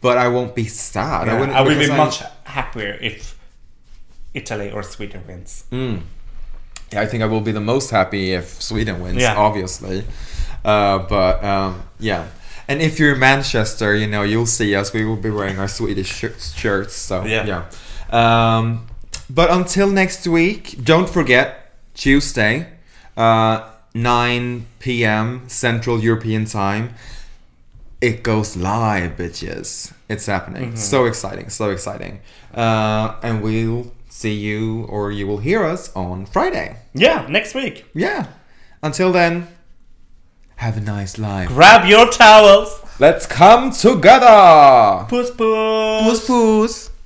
Speaker 1: but I won't be sad.
Speaker 2: I,
Speaker 1: wouldn't-
Speaker 2: will be
Speaker 1: because I-
Speaker 2: much happier if Italy or Sweden wins.
Speaker 1: I think I will be the most happy if Sweden wins,
Speaker 2: Yeah.
Speaker 1: obviously. Uh, but um, yeah. And if you're in Manchester, you know, you'll see us. We will be wearing our Swedish shirts. shirts so yeah.
Speaker 2: Yeah.
Speaker 1: Um, but until next week, don't forget Tuesday, uh, 9 p.m. Central European Time. It goes live, bitches. It's happening.
Speaker 2: Mm-hmm.
Speaker 1: So exciting, so exciting. Uh, and we'll see you or you will hear us on Friday.
Speaker 2: Yeah, next week.
Speaker 1: Yeah. Until then, have a nice life.
Speaker 2: Grab your towels.
Speaker 1: Let's come together.
Speaker 2: Puss puss.
Speaker 1: Puss, puss.